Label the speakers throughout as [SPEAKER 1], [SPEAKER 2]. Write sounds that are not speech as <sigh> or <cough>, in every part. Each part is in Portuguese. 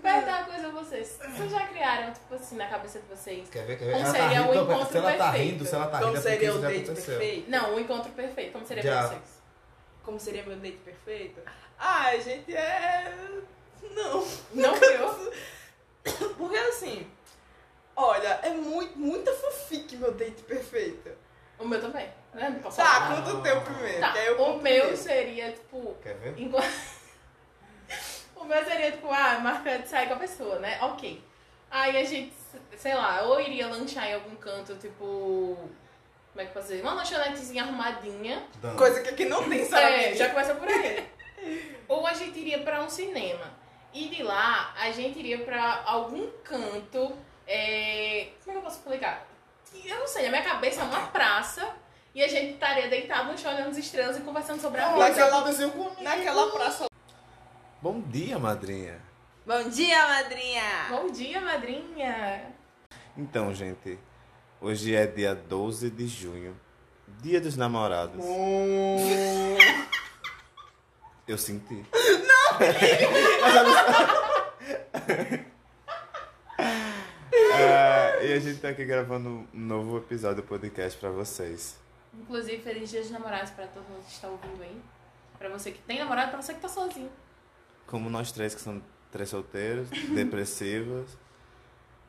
[SPEAKER 1] perguntar uma coisa a vocês. Vocês já criaram, tipo assim, na cabeça de vocês?
[SPEAKER 2] Quer ver? Quer ver?
[SPEAKER 3] Então
[SPEAKER 1] Como
[SPEAKER 2] Ela tá
[SPEAKER 1] seria
[SPEAKER 2] rindo,
[SPEAKER 1] o
[SPEAKER 2] não,
[SPEAKER 1] encontro
[SPEAKER 2] se ela tá
[SPEAKER 1] perfeito?
[SPEAKER 2] rindo, se ela tá rindo,
[SPEAKER 3] Como
[SPEAKER 2] é porque
[SPEAKER 3] Então seria
[SPEAKER 2] isso
[SPEAKER 3] o
[SPEAKER 2] já
[SPEAKER 3] date
[SPEAKER 2] aconteceu.
[SPEAKER 3] perfeito?
[SPEAKER 1] Não, o encontro perfeito. Como seria
[SPEAKER 2] Já.
[SPEAKER 1] pra vocês?
[SPEAKER 3] Como seria meu date perfeito? Ah, a gente é. Não.
[SPEAKER 1] Não viu?
[SPEAKER 3] Porque assim. Olha, é muito, muita fanfic meu date perfeito.
[SPEAKER 1] O meu também. Né? Não posso
[SPEAKER 3] Tá,
[SPEAKER 1] falar.
[SPEAKER 2] Ah.
[SPEAKER 3] conta o teu primeiro.
[SPEAKER 1] Tá,
[SPEAKER 3] que aí eu
[SPEAKER 1] o
[SPEAKER 3] conto
[SPEAKER 1] meu seria, tipo,
[SPEAKER 2] Quer ver?
[SPEAKER 1] Enqu- <laughs> o meu seria tipo, ah, marca de sair com a pessoa, né? Ok. Aí a gente, sei lá, ou iria lanchar em algum canto, tipo. Como é que eu posso dizer? Uma lanchonetezinha arrumadinha.
[SPEAKER 2] Dan.
[SPEAKER 3] Coisa que aqui não tem, sabe?
[SPEAKER 1] É, já começa por aí. ou a gente iria pra um cinema. E de lá, a gente iria pra algum canto. é, Como é que eu posso explicar? Que Eu não sei, na minha cabeça é uma praça. E a gente estaria deitado no chão olhando as estrelas e conversando sobre a
[SPEAKER 3] Lá
[SPEAKER 1] música.
[SPEAKER 3] que ela-
[SPEAKER 2] aconteceu comigo.
[SPEAKER 3] Naquela praça.
[SPEAKER 2] Bom dia, madrinha.
[SPEAKER 3] Bom dia, madrinha!
[SPEAKER 1] Bom dia, madrinha!
[SPEAKER 2] Então, gente, hoje é dia 12 de junho, dia dos namorados.
[SPEAKER 3] <laughs>
[SPEAKER 2] Eu senti. Não! Mas eu não- Ah, e a gente tá aqui gravando um novo episódio do podcast pra vocês.
[SPEAKER 1] Inclusive, feliz dia dos namorados pra todo mundo que está ouvindo aí. Pra você que tem namorado, pra você que tá sozinho.
[SPEAKER 2] Como nós três, que são três
[SPEAKER 3] <laughs>
[SPEAKER 2] solteiros, depressivas.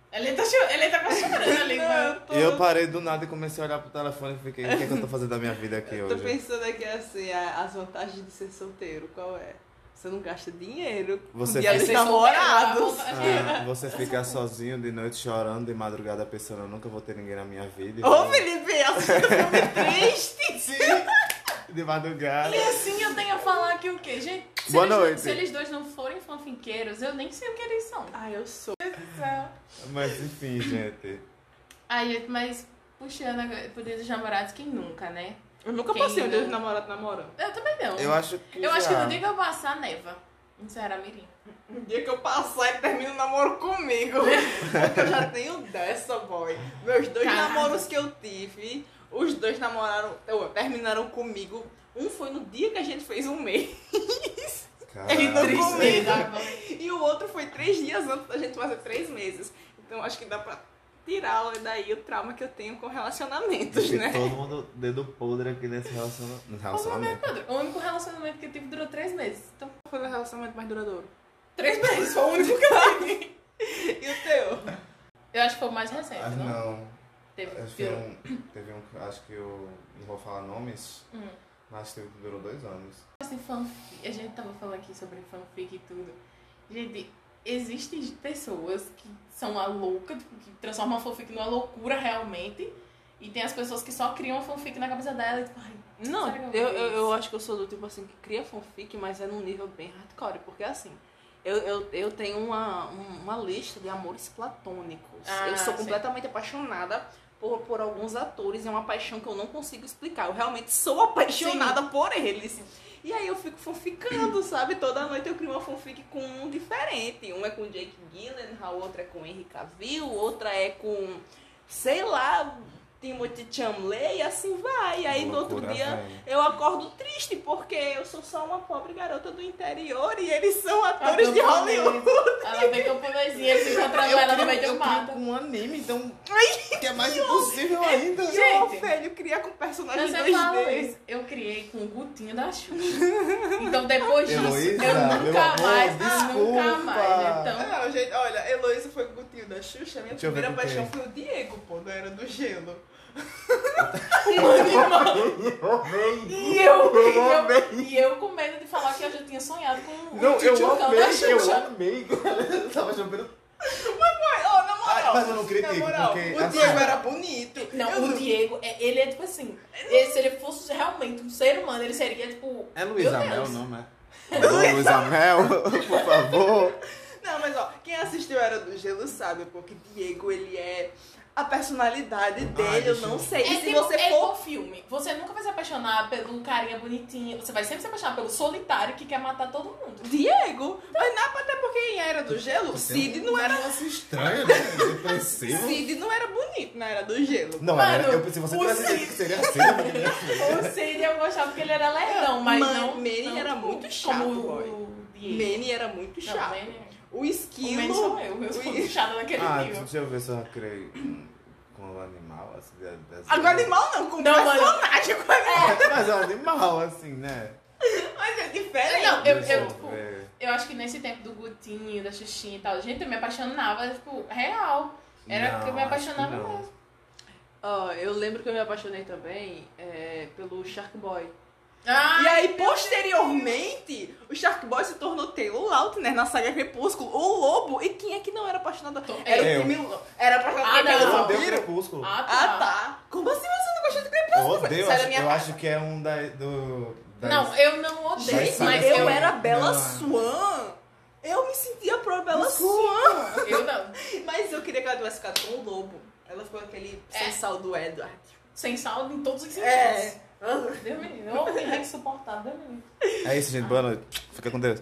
[SPEAKER 1] Ele tá, cho- ele tá quase chorando <laughs> ali, mano.
[SPEAKER 3] tô,
[SPEAKER 2] Eu parei do nada e comecei a olhar pro telefone e fiquei, o que é que eu tô fazendo da minha vida
[SPEAKER 3] <laughs>
[SPEAKER 2] aqui
[SPEAKER 3] tô
[SPEAKER 2] hoje?
[SPEAKER 3] pensando aqui assim, a- as vantagens de ser solteiro, qual é? Você não gasta dinheiro
[SPEAKER 2] Você
[SPEAKER 3] com dia
[SPEAKER 2] fica-
[SPEAKER 1] é
[SPEAKER 3] dos namorados.
[SPEAKER 2] Ah, você ficar sozinho de noite chorando, de madrugada pensando, eu nunca vou ter ninguém na minha vida. Então,
[SPEAKER 3] Ô, Felipe, assistindo filme <laughs> triste.
[SPEAKER 2] De madrugada.
[SPEAKER 1] E assim eu tenho a falar que o quê, gente? Se
[SPEAKER 2] Boa
[SPEAKER 1] eles não-
[SPEAKER 2] noite.
[SPEAKER 1] se eles dois não forem fanfiqueiros, eu nem sei o que eles são.
[SPEAKER 3] Ah, eu sou.
[SPEAKER 2] Mas enfim, gente.
[SPEAKER 1] Aí, mas puxando agora pro dia dos namorados, quem nunca, né?
[SPEAKER 3] Eu nunca
[SPEAKER 1] Quem
[SPEAKER 3] passei um dia
[SPEAKER 1] não?
[SPEAKER 3] dos namorados namorando.
[SPEAKER 1] Eu também não.
[SPEAKER 2] Eu acho que.
[SPEAKER 1] Eu acho que
[SPEAKER 2] já.
[SPEAKER 1] no dia que eu passar, neva. Em Mirim.
[SPEAKER 3] Um dia que eu passar, ele termina o namoro <laughs> comigo. Porque eu já tenho dessa, boy. Meus dois
[SPEAKER 1] Caraca.
[SPEAKER 3] namoros que eu tive, os dois namoraram, ou, terminaram comigo. Um foi no dia que a gente fez um mês. <laughs>
[SPEAKER 2] Caralho.
[SPEAKER 3] Ele não comeu.
[SPEAKER 1] É Tristeza.
[SPEAKER 3] E o outro foi três dias antes da gente fazer três meses. Então acho que dá pra tirar daí o trauma que eu tenho com relacionamentos,
[SPEAKER 2] Tem
[SPEAKER 3] né? é
[SPEAKER 2] Todo mundo dedo podre aqui nesse relaciona- no relacionamento.
[SPEAKER 1] O único relacionamento que eu tive durou três meses. Então,
[SPEAKER 3] Foi meu relacionamento mais duradouro.
[SPEAKER 1] três meses.
[SPEAKER 3] Foi o único que eu tive. <laughs> E o teu?
[SPEAKER 1] Eu acho que foi o mais recente,
[SPEAKER 2] Ah,
[SPEAKER 1] não?
[SPEAKER 2] não.
[SPEAKER 1] Teve,
[SPEAKER 2] Acho que
[SPEAKER 1] durou-
[SPEAKER 2] um- Teve um. Acho que eu. Não vou falar nomes,
[SPEAKER 1] Hum.
[SPEAKER 2] mas teve que durou dois anos.
[SPEAKER 1] Assim, fanfic, a gente tava falando aqui sobre fanfic e tudo. Gente, existem pessoas que são a louca, tipo, que transformam a fanfic numa loucura realmente. E tem as pessoas que só criam a fanfic na cabeça dela e tipo, ai,
[SPEAKER 3] Não,
[SPEAKER 1] será que vou
[SPEAKER 3] eu, eu,
[SPEAKER 1] ver
[SPEAKER 3] eu
[SPEAKER 1] é isso?
[SPEAKER 3] acho que eu sou do tipo assim que cria fanfic, mas é num nível bem hardcore, porque assim, eu, eu, eu tenho uma, um- uma lista de amores platônicos.
[SPEAKER 1] Ah,
[SPEAKER 3] eu sou
[SPEAKER 1] sim.
[SPEAKER 3] completamente apaixonada por, por alguns atores, é uma paixão que eu não consigo explicar. Eu realmente sou apaixonada por eles. E aí eu fico fanficando, sabe? Toda noite eu crio uma fanfic com um diferente. Um é com Jake Gyllenhaal, outra é com Henry Cavill, outra é com, sei lá, Timothy Chalamet e assim vai. E aí no outro
[SPEAKER 2] Loucura, assim.
[SPEAKER 3] dia
[SPEAKER 2] velho.
[SPEAKER 3] eu acordo triste porque eu sou só uma pobre garota do interior e eles são atores
[SPEAKER 1] Ah,
[SPEAKER 3] de
[SPEAKER 1] camponês.
[SPEAKER 3] Hollywood.
[SPEAKER 1] Ela vem camponesinha, se encontrando ela no meio do mato.
[SPEAKER 2] um anime, então. <laughs> que é mais impossível <laughs> ainda.
[SPEAKER 3] E
[SPEAKER 1] Gente.
[SPEAKER 3] o Ofélio cria com
[SPEAKER 1] Eu
[SPEAKER 3] personagens
[SPEAKER 1] sempre falo
[SPEAKER 3] 2D.
[SPEAKER 1] isso. Eu criei com o Gutinho da Xuxa. Então depois disso,
[SPEAKER 2] Heloísa,
[SPEAKER 1] eu
[SPEAKER 2] meu
[SPEAKER 1] nunca
[SPEAKER 2] amor,
[SPEAKER 1] mais, nunca
[SPEAKER 2] desculpa.
[SPEAKER 1] mais. Então,
[SPEAKER 3] Não, gente, olha, Heloísa foi Gutinho da Xuxa, minha
[SPEAKER 2] Deixa eu ver
[SPEAKER 3] primeira
[SPEAKER 2] com quem.
[SPEAKER 3] paixão foi o Diego, pô, da Era do Gelo.
[SPEAKER 1] E eu, e eu, e eu com medo de falar que eu já tinha sonhado com o
[SPEAKER 2] Não, eu
[SPEAKER 1] Tchutchucão
[SPEAKER 2] amei,
[SPEAKER 1] da
[SPEAKER 2] eu
[SPEAKER 1] né, Xuxa.
[SPEAKER 2] amei. <laughs> Eu tava chovendo.
[SPEAKER 3] Mas, ó, na moral,
[SPEAKER 2] Ah, mas eu não critico,
[SPEAKER 3] na moral,
[SPEAKER 2] porque,
[SPEAKER 3] o
[SPEAKER 2] assim-
[SPEAKER 3] Diego era bonito.
[SPEAKER 1] Não,
[SPEAKER 3] eu
[SPEAKER 1] o Diego, é- ele é tipo assim, ele- se ele fosse realmente um ser humano, ele seria tipo...
[SPEAKER 2] É Luísa
[SPEAKER 1] Meu
[SPEAKER 2] Mel
[SPEAKER 1] Deus.
[SPEAKER 2] o nome,
[SPEAKER 1] <laughs>
[SPEAKER 2] é? Luísa Mel, <laughs> por favor.
[SPEAKER 3] Não, mas ó, quem assistiu Era do Gelo sabe, pô, que Diego, ele é... A personalidade dele, eu
[SPEAKER 2] Ah, deixa
[SPEAKER 3] não
[SPEAKER 2] eu-
[SPEAKER 3] sei. e
[SPEAKER 1] é
[SPEAKER 3] se
[SPEAKER 1] tipo-
[SPEAKER 3] você
[SPEAKER 1] é
[SPEAKER 3] for
[SPEAKER 1] igual filme. Você nunca vai se apaixonar pelo carinha bonitinho. Você vai sempre se apaixonar pelo solitário que quer matar todo mundo.
[SPEAKER 3] Diego? Mas não, até porque em Era do Gelo, Cid não era.
[SPEAKER 2] negócio estranho, né? Depressivo.
[SPEAKER 3] Cid não era bonito na Era do Gelo.
[SPEAKER 2] Não,
[SPEAKER 1] Mano,
[SPEAKER 2] era, eu, se você
[SPEAKER 1] o
[SPEAKER 2] tivesse
[SPEAKER 1] Cid-
[SPEAKER 2] dito
[SPEAKER 1] <laughs>
[SPEAKER 2] que seria assim, eu não ia ser.
[SPEAKER 1] Ou seria eu gostava porque ele era legal, mas
[SPEAKER 3] Mano,
[SPEAKER 1] não...
[SPEAKER 3] Manny
[SPEAKER 1] não
[SPEAKER 3] era
[SPEAKER 1] como-
[SPEAKER 3] muito chato,
[SPEAKER 1] Como
[SPEAKER 3] boy.
[SPEAKER 1] o Diego.
[SPEAKER 3] Manny era muito
[SPEAKER 1] Não,
[SPEAKER 3] chato.
[SPEAKER 1] Manny-
[SPEAKER 3] O
[SPEAKER 1] O menos
[SPEAKER 3] esquilo.
[SPEAKER 1] sou eu, eu sou
[SPEAKER 3] Ui.
[SPEAKER 1] puxada naquele
[SPEAKER 2] Ah,
[SPEAKER 1] nível.
[SPEAKER 2] deixa eu ver se eu criei com o animal. Assim, de-
[SPEAKER 1] Ah,
[SPEAKER 2] dessa-
[SPEAKER 3] Agora animal não, com
[SPEAKER 1] Não, mano.
[SPEAKER 3] personagem. Com animal.
[SPEAKER 2] É, <laughs> mas é um animal, assim, né?
[SPEAKER 3] Mas é diferente.
[SPEAKER 1] Não, eu,
[SPEAKER 2] Deixa
[SPEAKER 1] eu, tipo,
[SPEAKER 2] ver.
[SPEAKER 1] eu acho que nesse tempo do Gutinho, da Xuxinha e tal, gente, eu me apaixonava, tipo, real. Era
[SPEAKER 2] Não,
[SPEAKER 1] que eu me
[SPEAKER 2] acho
[SPEAKER 1] apaixonava
[SPEAKER 2] não.
[SPEAKER 1] mesmo.
[SPEAKER 3] Ó, eu lembro que eu me apaixonei também é, pelo Shark Boy.
[SPEAKER 1] Ah,
[SPEAKER 3] e aí, posteriormente, o Shark Boy se tornou Taylor Lautner né, na saga Crepúsculo, o Lobo. E quem é que não era apaixonado?
[SPEAKER 1] Tô-
[SPEAKER 3] Era
[SPEAKER 2] eu.
[SPEAKER 3] o time Lo- Era apaixonado
[SPEAKER 1] Ah,
[SPEAKER 3] pelo
[SPEAKER 1] não.
[SPEAKER 2] Eu odeio
[SPEAKER 3] vampiro?
[SPEAKER 2] crepúsculo.
[SPEAKER 1] ah,
[SPEAKER 3] Ah,
[SPEAKER 1] tá.
[SPEAKER 3] tá. Como assim você não gostou de
[SPEAKER 2] Eu
[SPEAKER 3] Crepúsculo?
[SPEAKER 2] odeio,
[SPEAKER 3] Sai da
[SPEAKER 2] acho-
[SPEAKER 3] minha
[SPEAKER 2] eu
[SPEAKER 3] casa.
[SPEAKER 2] acho que é um da, do. das-
[SPEAKER 1] Não, eu não
[SPEAKER 2] Vai
[SPEAKER 1] odeio,
[SPEAKER 3] Gente,
[SPEAKER 2] sair
[SPEAKER 1] mas
[SPEAKER 2] daqui.
[SPEAKER 3] eu,
[SPEAKER 1] eu,
[SPEAKER 3] era Bela
[SPEAKER 2] Não.
[SPEAKER 3] Swan. Eu me sentia pro Bela Swan.
[SPEAKER 2] é.
[SPEAKER 1] eu não.
[SPEAKER 3] Mas eu queria que ela tivesse ficado com o Lobo. Ela ficou aquele
[SPEAKER 1] É.
[SPEAKER 3] sem sal do Edward.
[SPEAKER 1] Sem sal em todos os sentidos.
[SPEAKER 3] É.
[SPEAKER 1] Deus me livre, eu me insuportável, Deus me livre.
[SPEAKER 2] É isso, gente. Boa noite. Fica com Deus.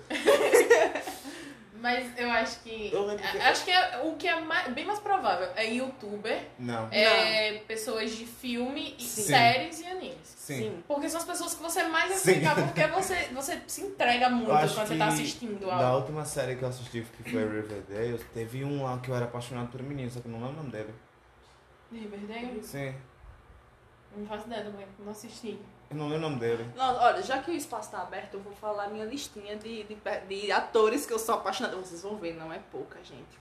[SPEAKER 1] Mas eu acho que.
[SPEAKER 2] Eu lembro que-
[SPEAKER 1] Acho que é o que é mais- bem mais provável é youtuber,
[SPEAKER 2] Não.
[SPEAKER 1] é pessoas de filme, e
[SPEAKER 2] Sim.
[SPEAKER 1] séries e animes.
[SPEAKER 2] Sim.
[SPEAKER 1] Porque são as pessoas que você mais vai
[SPEAKER 2] Sim.
[SPEAKER 1] ficar, porque você, você se entrega muito
[SPEAKER 2] Eu acho
[SPEAKER 1] quando você tá
[SPEAKER 2] que
[SPEAKER 1] assistindo
[SPEAKER 2] Da
[SPEAKER 1] algo.
[SPEAKER 2] última série que eu assisti, que foi Riverdale, teve um lá que eu era apaixonado por um menino, só que eu não lembro o nome dele.
[SPEAKER 1] Riverdale?
[SPEAKER 2] Sim.
[SPEAKER 1] Não faço ideia também, não assisti.
[SPEAKER 2] Eu não lembro o nome dele.
[SPEAKER 3] Não, olha, já que o espaço tá aberto, eu vou falar minha listinha de, de, pe- de atores que eu sou apaixonada. Vocês vão ver, não é pouca, gente.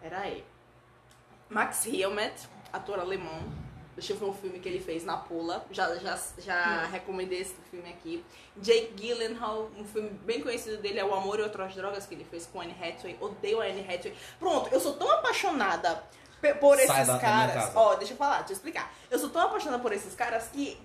[SPEAKER 3] Pera aí. Max Hillmet, ator alemão. Deixa eu ver um filme que ele fez na Pula. Já, já, já
[SPEAKER 2] Hum.
[SPEAKER 3] recomendei esse filme aqui. Jake Gyllenhaal, um filme bem conhecido dele, é O Amor e Outras Drogas, que ele fez com Anne Hathaway. Odeio a Anne Hathaway. Pronto, eu sou tão apaixonada pe- por
[SPEAKER 2] Sai
[SPEAKER 3] esses
[SPEAKER 2] da- da minha
[SPEAKER 3] caras.
[SPEAKER 2] casa.
[SPEAKER 3] Ó, deixa eu falar, deixa eu explicar. Eu sou tão apaixonada por esses caras que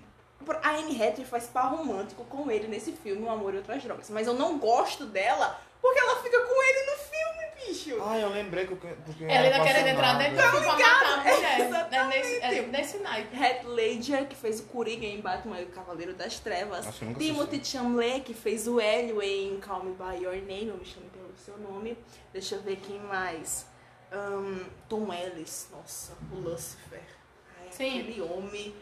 [SPEAKER 3] por- a Anne Hathaway faz par romântico com ele nesse filme, O Amor e Outras Drogas. Mas eu não gosto dela porque ela fica com ele no filme, bicho.
[SPEAKER 2] Ah, eu lembrei que eu, porque eu
[SPEAKER 1] Ela
[SPEAKER 2] era
[SPEAKER 1] ainda tá querendo entrar
[SPEAKER 2] apaixonado.
[SPEAKER 1] dentro pra matar a mulher. né?
[SPEAKER 3] exatamente.
[SPEAKER 1] Nesse, é, nesse naipe.
[SPEAKER 3] Heath Ledger, que fez o Coringa em Batman e o Cavaleiro das Trevas.
[SPEAKER 2] Acho que eu nunca assisti.
[SPEAKER 3] Timothy Chalamet, que fez o Hélio em Call Me By Your Name, eu me chamo pelo seu nome. Deixa eu ver quem mais. Ahn, Tom Ellis, nossa, o Lucifer. Ai,
[SPEAKER 1] Sim.
[SPEAKER 3] Aquele homem,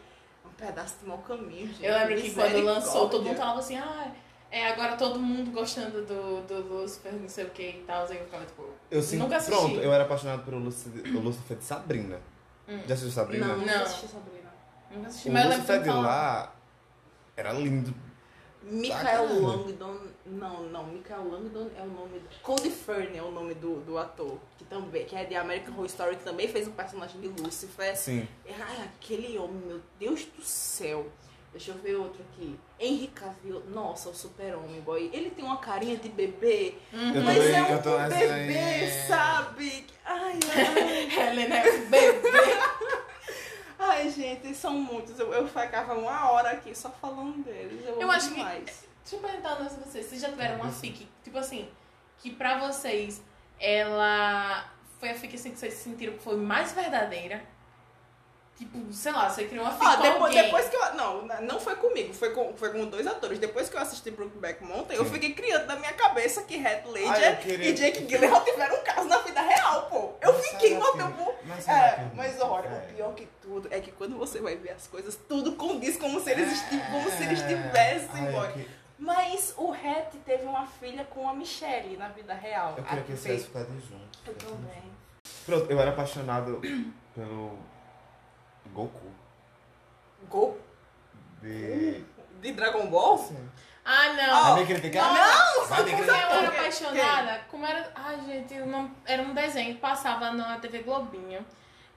[SPEAKER 3] um pedaço de mau caminho, gente.
[SPEAKER 1] Eu lembro que quando
[SPEAKER 3] Misericórdia.
[SPEAKER 1] lançou, todo mundo falava assim, ah, é agora todo mundo gostando do, do Lucifer, não sei o que e tal. Aí eu ficava tipo,
[SPEAKER 2] Eu sinto,
[SPEAKER 1] Nunca assisti.
[SPEAKER 2] Pronto, eu era apaixonado pelo Lucifer, o Lucifer de Sabrina.
[SPEAKER 1] Hum.
[SPEAKER 2] Já assistiu Sabrina?
[SPEAKER 3] Não, não
[SPEAKER 1] Não.
[SPEAKER 3] assisti Sabrina.
[SPEAKER 1] nunca assisti.
[SPEAKER 2] O
[SPEAKER 1] Mas eu lembro que
[SPEAKER 2] Lucifer
[SPEAKER 1] eu
[SPEAKER 2] de
[SPEAKER 1] falava.
[SPEAKER 2] lá era lindo.
[SPEAKER 3] Michael
[SPEAKER 2] Bacana.
[SPEAKER 3] Langdon. Não, não, Michael Langdon é o nome. do- Cody Fern é o nome do, do ator, que também, que é de American Horror Story, que também fez o personagem de Lucifer.
[SPEAKER 2] Sim.
[SPEAKER 3] Ai, aquele homem, meu Deus do céu. Deixa eu ver outro aqui. Henry Cavill. Nossa, o super-homem, boy. Ele tem uma carinha de bebê,
[SPEAKER 1] Uhum.
[SPEAKER 2] Eu
[SPEAKER 3] mas
[SPEAKER 2] também,
[SPEAKER 3] é um
[SPEAKER 2] eu tô nessa
[SPEAKER 3] bebê,
[SPEAKER 2] aí.
[SPEAKER 3] sabe? Ai,
[SPEAKER 1] <laughs>
[SPEAKER 3] ai.
[SPEAKER 1] Helena é o bebê.
[SPEAKER 3] ai, gente, são muitos. Eu, eu ficava uma hora aqui só falando deles. Eu,
[SPEAKER 1] Eu
[SPEAKER 3] amo
[SPEAKER 1] acho que-
[SPEAKER 3] demais.
[SPEAKER 1] Deixa eu perguntar um negócio pra vocês. Vocês já tiveram uma fic, tipo assim, que pra vocês ela foi a fic assim que vocês sentiram que foi mais verdadeira? Tipo, sei lá, você criou uma fic
[SPEAKER 3] Ó,
[SPEAKER 1] com
[SPEAKER 3] depois,
[SPEAKER 1] alguém.
[SPEAKER 3] depois que eu. Não, não foi comigo, foi com, foi com dois atores. Depois que eu assisti Brookback Mountain, eu
[SPEAKER 2] Sim.
[SPEAKER 3] fiquei criando na minha cabeça que Heath
[SPEAKER 2] Ai,
[SPEAKER 3] Ledger
[SPEAKER 2] Ah, eu queria-
[SPEAKER 3] e Jake Gyllenhaal tiveram um caso na vida real, pô. Eu
[SPEAKER 2] Mas
[SPEAKER 3] fiquei,
[SPEAKER 2] será
[SPEAKER 3] meu
[SPEAKER 2] que-
[SPEAKER 3] Deus.
[SPEAKER 2] Mas, será
[SPEAKER 3] É,
[SPEAKER 2] que-
[SPEAKER 3] mas olha,
[SPEAKER 2] é.
[SPEAKER 3] o pior que tudo é que quando você vai ver as coisas, tudo condiz como se eles, esti- como se eles
[SPEAKER 2] É.
[SPEAKER 3] tivessem,
[SPEAKER 2] Ai,
[SPEAKER 3] boy.
[SPEAKER 2] eu que-
[SPEAKER 3] Mas o Hat teve uma filha com a Michelle na vida real.
[SPEAKER 2] Eu
[SPEAKER 3] A
[SPEAKER 2] queria que eles
[SPEAKER 3] Faith.
[SPEAKER 2] tivessem ficado juntos.
[SPEAKER 3] Eu também.
[SPEAKER 2] Pronto, eu era apaixonado pelo Goku.
[SPEAKER 3] Gol
[SPEAKER 2] De.
[SPEAKER 3] de Dragon Ball?
[SPEAKER 2] Assim.
[SPEAKER 1] Ah, não.
[SPEAKER 2] Vai me criticar? Não! Vai me
[SPEAKER 1] Porque eu
[SPEAKER 2] criticar?
[SPEAKER 1] era
[SPEAKER 3] Quem?
[SPEAKER 1] apaixonada, como era. Ai, gente, eu não- era um desenho que passava na TV Globinho.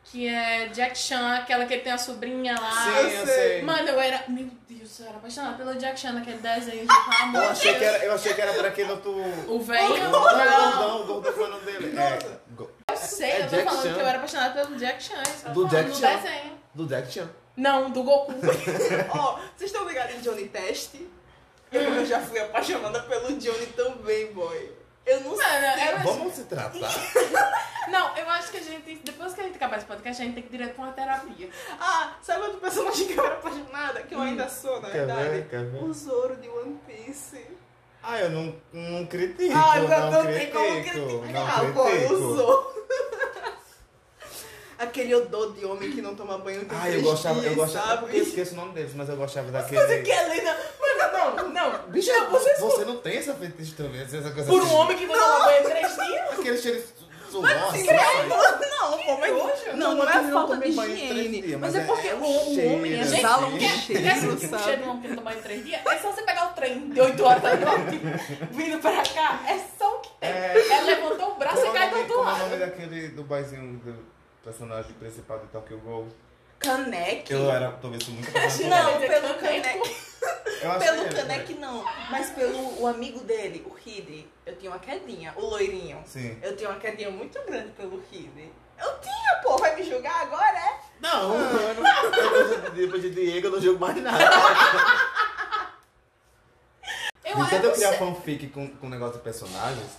[SPEAKER 1] Que é Jack Chan, aquela que ele tem a sobrinha lá.
[SPEAKER 2] Sim, eu sei.
[SPEAKER 1] Mano, eu era. Meu Deus, eu era apaixonada pelo Jack Chan naquele desenho, gente, pelo amor
[SPEAKER 2] Eu
[SPEAKER 1] de
[SPEAKER 2] achei
[SPEAKER 1] Deus.
[SPEAKER 2] que era, eu achei que era pra aquele outro. Não,
[SPEAKER 1] O velho. Não,
[SPEAKER 2] não, não, o Gordon foi o nome dele. É, Go-
[SPEAKER 1] eu sei,
[SPEAKER 2] É
[SPEAKER 1] eu tô
[SPEAKER 2] Jack
[SPEAKER 1] falando
[SPEAKER 2] Chan.
[SPEAKER 1] que eu era apaixonada pelo Jack Chan. isso que eu tô
[SPEAKER 2] Do
[SPEAKER 1] falando,
[SPEAKER 2] Jack
[SPEAKER 1] no
[SPEAKER 2] Chan.
[SPEAKER 1] desenho.
[SPEAKER 2] do Jack Chan.
[SPEAKER 1] Não, do Goku.
[SPEAKER 3] Ó, vocês estão ligados em Johnny Test? Eu, eu já fui apaixonada pelo Johnny também, boy. Eu não sei.
[SPEAKER 1] Mano, eu acho-
[SPEAKER 2] Vamos se tratar.
[SPEAKER 1] Não, eu acho que a gente. Depois que a gente acabar esse podcast, a gente tem que ir direto pra uma terapia.
[SPEAKER 3] Ah, sabe outro personagem que eu era apaixonada? Que eu ainda sou, na
[SPEAKER 2] Hum, Quer
[SPEAKER 3] verdade?
[SPEAKER 2] ver? Quer
[SPEAKER 3] O
[SPEAKER 2] ver?
[SPEAKER 3] Zoro de One Piece.
[SPEAKER 2] Ah, eu não, não critico.
[SPEAKER 3] Ah, eu
[SPEAKER 2] não,
[SPEAKER 3] não tem
[SPEAKER 2] critico.
[SPEAKER 3] como
[SPEAKER 2] não
[SPEAKER 3] criticar, Ah, pô,
[SPEAKER 2] critico.
[SPEAKER 3] usou. <laughs> Aquele odor de homem que não toma banho tem
[SPEAKER 2] Ah, eu
[SPEAKER 3] três
[SPEAKER 2] gostava, eu
[SPEAKER 3] dias,
[SPEAKER 2] gostava.
[SPEAKER 3] sabe? é
[SPEAKER 2] Eu esqueço o nome deles, mas eu gostava daquele.
[SPEAKER 3] Mas aquela ainda... Mano, não, não.
[SPEAKER 2] Bicho,
[SPEAKER 3] não,
[SPEAKER 2] você,
[SPEAKER 3] você-
[SPEAKER 2] não tem essa fetiche também, essa coisa
[SPEAKER 1] Por
[SPEAKER 2] assim.
[SPEAKER 1] um homem que não toma banho três dias?
[SPEAKER 2] Aquele cheiro de suor, assim, sabe?
[SPEAKER 3] <laughs> Não, pô, mas
[SPEAKER 1] nojo.
[SPEAKER 3] não, não
[SPEAKER 2] mas
[SPEAKER 3] é
[SPEAKER 2] também não
[SPEAKER 3] falta de
[SPEAKER 2] tomei banho em três
[SPEAKER 3] higiene.
[SPEAKER 2] dias, mas
[SPEAKER 3] mas é
[SPEAKER 2] é-
[SPEAKER 3] porque
[SPEAKER 2] é
[SPEAKER 3] o,
[SPEAKER 2] o
[SPEAKER 3] o homem
[SPEAKER 2] cheiro,
[SPEAKER 3] exala um
[SPEAKER 2] assim.
[SPEAKER 1] Quer, quer
[SPEAKER 3] cheiro,
[SPEAKER 1] sentir o cheiro de
[SPEAKER 3] sabe?
[SPEAKER 1] uma que não toma banho em três dias? É só você pegar o trem de 8 horas da noite vindo pra cá. É só o que tem.
[SPEAKER 2] É.
[SPEAKER 1] Ela levantou o braço
[SPEAKER 2] Como
[SPEAKER 1] e
[SPEAKER 2] é o
[SPEAKER 1] cai do
[SPEAKER 2] nome-
[SPEAKER 1] outro
[SPEAKER 2] Como é o nome
[SPEAKER 1] lado.
[SPEAKER 2] daquele do baizinho do personagem principal de Tokyo Ghoul?
[SPEAKER 3] Caneque.
[SPEAKER 2] Eu era, talvez, muito
[SPEAKER 3] Não,
[SPEAKER 1] Mas é
[SPEAKER 3] pelo
[SPEAKER 1] caneco.
[SPEAKER 3] caneque.
[SPEAKER 2] Eu acho
[SPEAKER 3] Pelo
[SPEAKER 2] que era, né?
[SPEAKER 3] caneque não. Mas pelo o amigo dele, o Hidden, eu tinha uma quedinha, o loirinho.
[SPEAKER 2] Sim.
[SPEAKER 3] Eu tinha uma quedinha muito grande pelo Hidden. Eu tinha, pô, vai me julgar agora, é?
[SPEAKER 2] Não, eu não. Depois de Diego, eu não jogo mais nada.
[SPEAKER 1] Eu
[SPEAKER 2] De
[SPEAKER 1] acho
[SPEAKER 2] tanto eu criar
[SPEAKER 1] que
[SPEAKER 2] fanfic com, com negócio de personagens,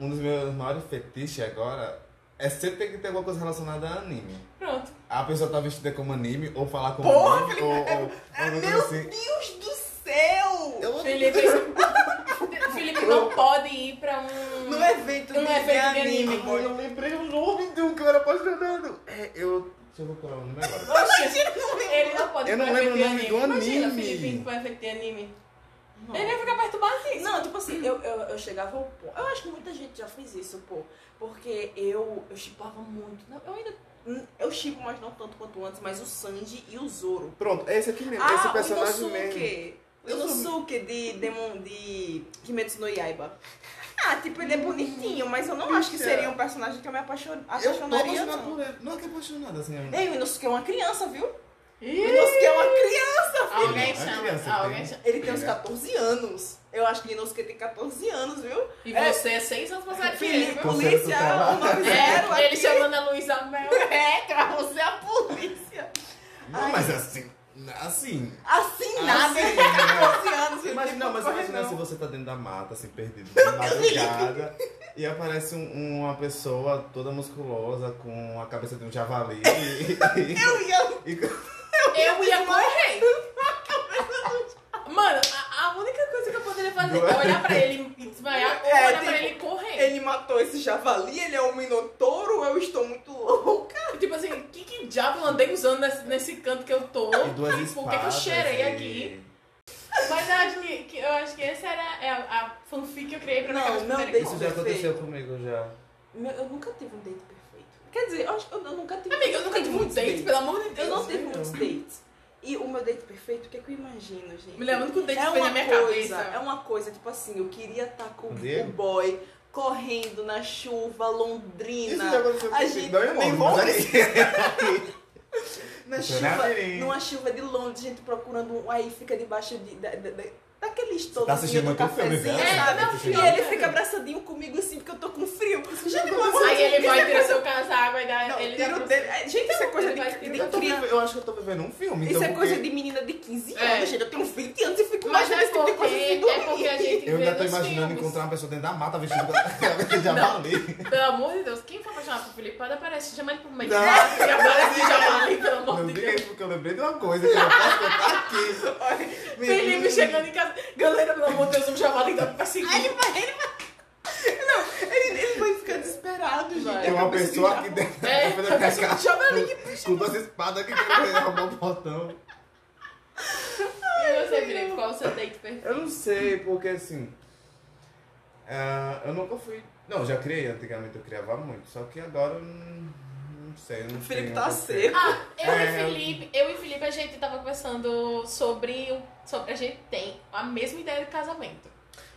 [SPEAKER 2] um dos meus maiores fetiches agora é sempre ter que ter alguma coisa relacionada a anime.
[SPEAKER 1] Pronto.
[SPEAKER 2] A pessoa tá vestida como anime, ou falar como
[SPEAKER 3] Porra,
[SPEAKER 2] anime, ou, ou, ou
[SPEAKER 3] Ah,
[SPEAKER 2] alguma
[SPEAKER 3] meu
[SPEAKER 2] coisa assim.
[SPEAKER 3] Deus do céu!
[SPEAKER 2] Eu
[SPEAKER 1] Felipe, <laughs> Felipe não pode ir pra um.
[SPEAKER 3] No evento
[SPEAKER 1] Não
[SPEAKER 3] de
[SPEAKER 1] é evento de
[SPEAKER 3] anime.
[SPEAKER 1] anime.
[SPEAKER 2] Ai, eu lembrei o nome de um que eu era apaixonado. É, eu. Deixa eu procurar o nome agora.
[SPEAKER 1] Oxe, ele não pode
[SPEAKER 2] Eu não
[SPEAKER 1] ir pra
[SPEAKER 2] lembro o
[SPEAKER 1] evento de
[SPEAKER 2] nome do
[SPEAKER 1] Imagina,
[SPEAKER 2] anime.
[SPEAKER 1] Felipe indo pra evento de anime.
[SPEAKER 3] Não.
[SPEAKER 1] Ele ia ficar perturbadinho.
[SPEAKER 3] Não, tipo assim, eu, eu, eu chegava ao ponto. Eu acho que muita gente já fez isso, pô. Porque eu, eu chipava muito. Não, eu ainda. hum, Eu chipo, mas não tanto quanto antes, mas o Sanji e o Zoro. Ah,
[SPEAKER 2] Pronto, é esse aqui
[SPEAKER 1] Ah,
[SPEAKER 2] mesmo, esse personagem mesmo.
[SPEAKER 3] O Inosuke de, Demon, de Kimetsu
[SPEAKER 2] <laughs>
[SPEAKER 3] no Yaiba. Ah, tipo, ele é bonitinho, mas eu não acho que
[SPEAKER 2] Bicha.
[SPEAKER 3] seria um personagem que eu me apaixon...
[SPEAKER 2] é. Eu tô
[SPEAKER 3] apaixonaria,
[SPEAKER 2] apaixonado
[SPEAKER 3] não.
[SPEAKER 2] por ele. Não é que apaixonado assim. eu-
[SPEAKER 3] Ei, o Inosuke é uma criança, viu? O
[SPEAKER 1] Ih,
[SPEAKER 3] Inosuke é uma criança.
[SPEAKER 1] Alguém
[SPEAKER 2] É criança,
[SPEAKER 1] chama. Alguém
[SPEAKER 2] tem.
[SPEAKER 1] chama.
[SPEAKER 3] Ele tem uns 14 anos. Eu acho que o Inosuke tem 14 anos, viu?
[SPEAKER 1] E
[SPEAKER 3] É.
[SPEAKER 1] você é seis anos mais velho que ele,
[SPEAKER 3] Felipe,
[SPEAKER 1] viu?
[SPEAKER 2] Conselho
[SPEAKER 3] polícia,
[SPEAKER 2] tutelar.
[SPEAKER 3] 190
[SPEAKER 1] É, ele
[SPEAKER 3] aqui.
[SPEAKER 1] chamando a Luísa Mel.
[SPEAKER 3] É, pra você a polícia.
[SPEAKER 2] Não,
[SPEAKER 3] Ai.
[SPEAKER 2] mas assim. Assim.
[SPEAKER 3] Assim nada,
[SPEAKER 2] Assim,
[SPEAKER 3] ele
[SPEAKER 2] né?
[SPEAKER 3] tem 14 anos.
[SPEAKER 1] tipo,
[SPEAKER 2] Imagina,
[SPEAKER 3] ele tem
[SPEAKER 2] mas
[SPEAKER 3] correr,
[SPEAKER 2] imagina
[SPEAKER 3] não.
[SPEAKER 2] se você tá dentro da mata, assim, perdido, de madrugada, e aparece um- uma pessoa toda musculosa com a cabeça de um javali. e-
[SPEAKER 3] Eu ia...
[SPEAKER 2] e-
[SPEAKER 1] Eu ia correr. é? <laughs> Mano, a, a única coisa que eu poderia fazer é olhar pra ele e desmaiar ou
[SPEAKER 3] É,
[SPEAKER 1] olhar pra
[SPEAKER 3] tipo,
[SPEAKER 1] ele e correr.
[SPEAKER 3] Ele matou esse javali, ele é um minotouro, eu estou muito louca.
[SPEAKER 1] Tipo assim, que, que diabo eu andei usando nesse, nesse canto que eu tô?
[SPEAKER 2] e duas
[SPEAKER 1] Tipo,
[SPEAKER 2] espadas.
[SPEAKER 1] o que, que eu cheirei
[SPEAKER 2] e-
[SPEAKER 1] aqui? Mas eu acho que, que- eu acho que essa era é a, a fanfic que eu criei pra
[SPEAKER 3] Não,
[SPEAKER 1] minha
[SPEAKER 3] não,
[SPEAKER 1] primeira
[SPEAKER 3] deixa-
[SPEAKER 2] Isso
[SPEAKER 1] encontro.
[SPEAKER 2] já aconteceu comigo já.
[SPEAKER 3] Meu, eu nunca tive um date perfeito. Quer dizer, eu, acho- eu- eu nunca tive
[SPEAKER 1] Amiga, eu nunca tive um
[SPEAKER 3] muitos
[SPEAKER 1] date,
[SPEAKER 3] dates.
[SPEAKER 1] pelo amor de
[SPEAKER 3] Eu
[SPEAKER 1] Deus.
[SPEAKER 3] não
[SPEAKER 2] sei
[SPEAKER 3] tive
[SPEAKER 2] não.
[SPEAKER 3] muitos dates. E o meu date perfeito, o que, é que eu imagino, gente?
[SPEAKER 1] Me lembrando que o date
[SPEAKER 3] é
[SPEAKER 1] foi
[SPEAKER 3] uma
[SPEAKER 1] na minha
[SPEAKER 3] coisa,
[SPEAKER 1] cabeça.
[SPEAKER 3] É uma coisa, tipo assim, eu queria estar com
[SPEAKER 2] Com
[SPEAKER 3] o
[SPEAKER 2] Diego?
[SPEAKER 3] boy correndo na chuva,
[SPEAKER 2] Isso
[SPEAKER 3] Londrina.
[SPEAKER 2] já aconteceu
[SPEAKER 3] A
[SPEAKER 2] comigo.
[SPEAKER 3] gente
[SPEAKER 2] Não em
[SPEAKER 3] nem
[SPEAKER 2] Londres, mas
[SPEAKER 3] Na
[SPEAKER 2] <laughs> Não
[SPEAKER 3] chuva,
[SPEAKER 2] nada em mim.
[SPEAKER 3] numa chuva de Londres, gente procurando um. Aí fica debaixo de, da, da- da- daquele
[SPEAKER 2] tá
[SPEAKER 3] estofozinho
[SPEAKER 2] assistindo
[SPEAKER 3] do
[SPEAKER 2] muito filme,
[SPEAKER 3] cafezinho,
[SPEAKER 2] né?
[SPEAKER 3] sabe?
[SPEAKER 1] É, não,
[SPEAKER 3] E
[SPEAKER 1] filme.
[SPEAKER 3] ele fica abraçadinho comigo assim, porque eu tô com frio. Gente, pelo amor de
[SPEAKER 1] Aí ele
[SPEAKER 3] Deus,
[SPEAKER 1] vai
[SPEAKER 3] isso é
[SPEAKER 1] tirar seu casaco e dá
[SPEAKER 3] Não,
[SPEAKER 1] ele
[SPEAKER 3] tira
[SPEAKER 1] dá
[SPEAKER 3] o
[SPEAKER 1] pra-
[SPEAKER 3] dele. É, Gente, isso é coisa
[SPEAKER 1] ele
[SPEAKER 3] de,
[SPEAKER 1] vai-
[SPEAKER 3] de
[SPEAKER 1] ele
[SPEAKER 2] Eu, tô
[SPEAKER 3] criança.
[SPEAKER 2] vive- eu acho que eu tô vivendo um filme.
[SPEAKER 3] Isso
[SPEAKER 2] então
[SPEAKER 3] é coisa
[SPEAKER 2] por
[SPEAKER 3] de
[SPEAKER 2] quê?
[SPEAKER 3] menina de 15
[SPEAKER 1] É.
[SPEAKER 3] anos, gente. Eu tenho 20 anos e fico
[SPEAKER 1] Mas
[SPEAKER 3] imaginando
[SPEAKER 1] é
[SPEAKER 3] esse tipo de
[SPEAKER 1] porque,
[SPEAKER 3] coisa assim
[SPEAKER 1] é porque a
[SPEAKER 3] dormir.
[SPEAKER 1] gente
[SPEAKER 2] Eu
[SPEAKER 1] vê
[SPEAKER 2] ainda tô
[SPEAKER 1] nos
[SPEAKER 2] imaginando
[SPEAKER 1] filmes.
[SPEAKER 2] encontrar uma pessoa dentro da
[SPEAKER 1] <laughs>
[SPEAKER 2] mata vestida com a cabeça de javali.
[SPEAKER 1] Pelo amor de Deus, quem for apaixonado por Felipe pode aparecer, chama ele pro meio.
[SPEAKER 2] Não.
[SPEAKER 1] E aparece já falei, pelo amor
[SPEAKER 2] Não
[SPEAKER 1] de
[SPEAKER 2] diga
[SPEAKER 1] Deus.
[SPEAKER 2] isso porque eu lembrei de uma coisa que eu não posso contar aqui.
[SPEAKER 3] Olha,
[SPEAKER 1] Felipe chegando em casa. Galera, pelo amor de Deus, um javali dá pra seguir.
[SPEAKER 3] ele, ele vai ficar desesperado, gente.
[SPEAKER 1] Vai.
[SPEAKER 2] Tem uma
[SPEAKER 3] Depois
[SPEAKER 2] pessoa
[SPEAKER 3] que
[SPEAKER 2] aqui
[SPEAKER 3] já-
[SPEAKER 1] <laughs>
[SPEAKER 2] dentro
[SPEAKER 1] É,
[SPEAKER 2] da minha casa
[SPEAKER 3] Javali que
[SPEAKER 2] com duas espadas que quer roubar o portão.
[SPEAKER 1] E você, Felipe, qual é o seu date perfeito?
[SPEAKER 2] Eu não sei, porque assim. ah, eu nunca fui. Não, já criei, antigamente eu criava muito, só que agora eu não, não sei. eu Não
[SPEAKER 3] O Felipe
[SPEAKER 2] tenho
[SPEAKER 3] tá
[SPEAKER 2] uma-
[SPEAKER 3] seco.
[SPEAKER 1] Ah, eu
[SPEAKER 2] É.
[SPEAKER 1] e Felipe, eu e Felipe, a gente tava conversando sobre, o- sobre. A gente tem a mesma ideia de casamento.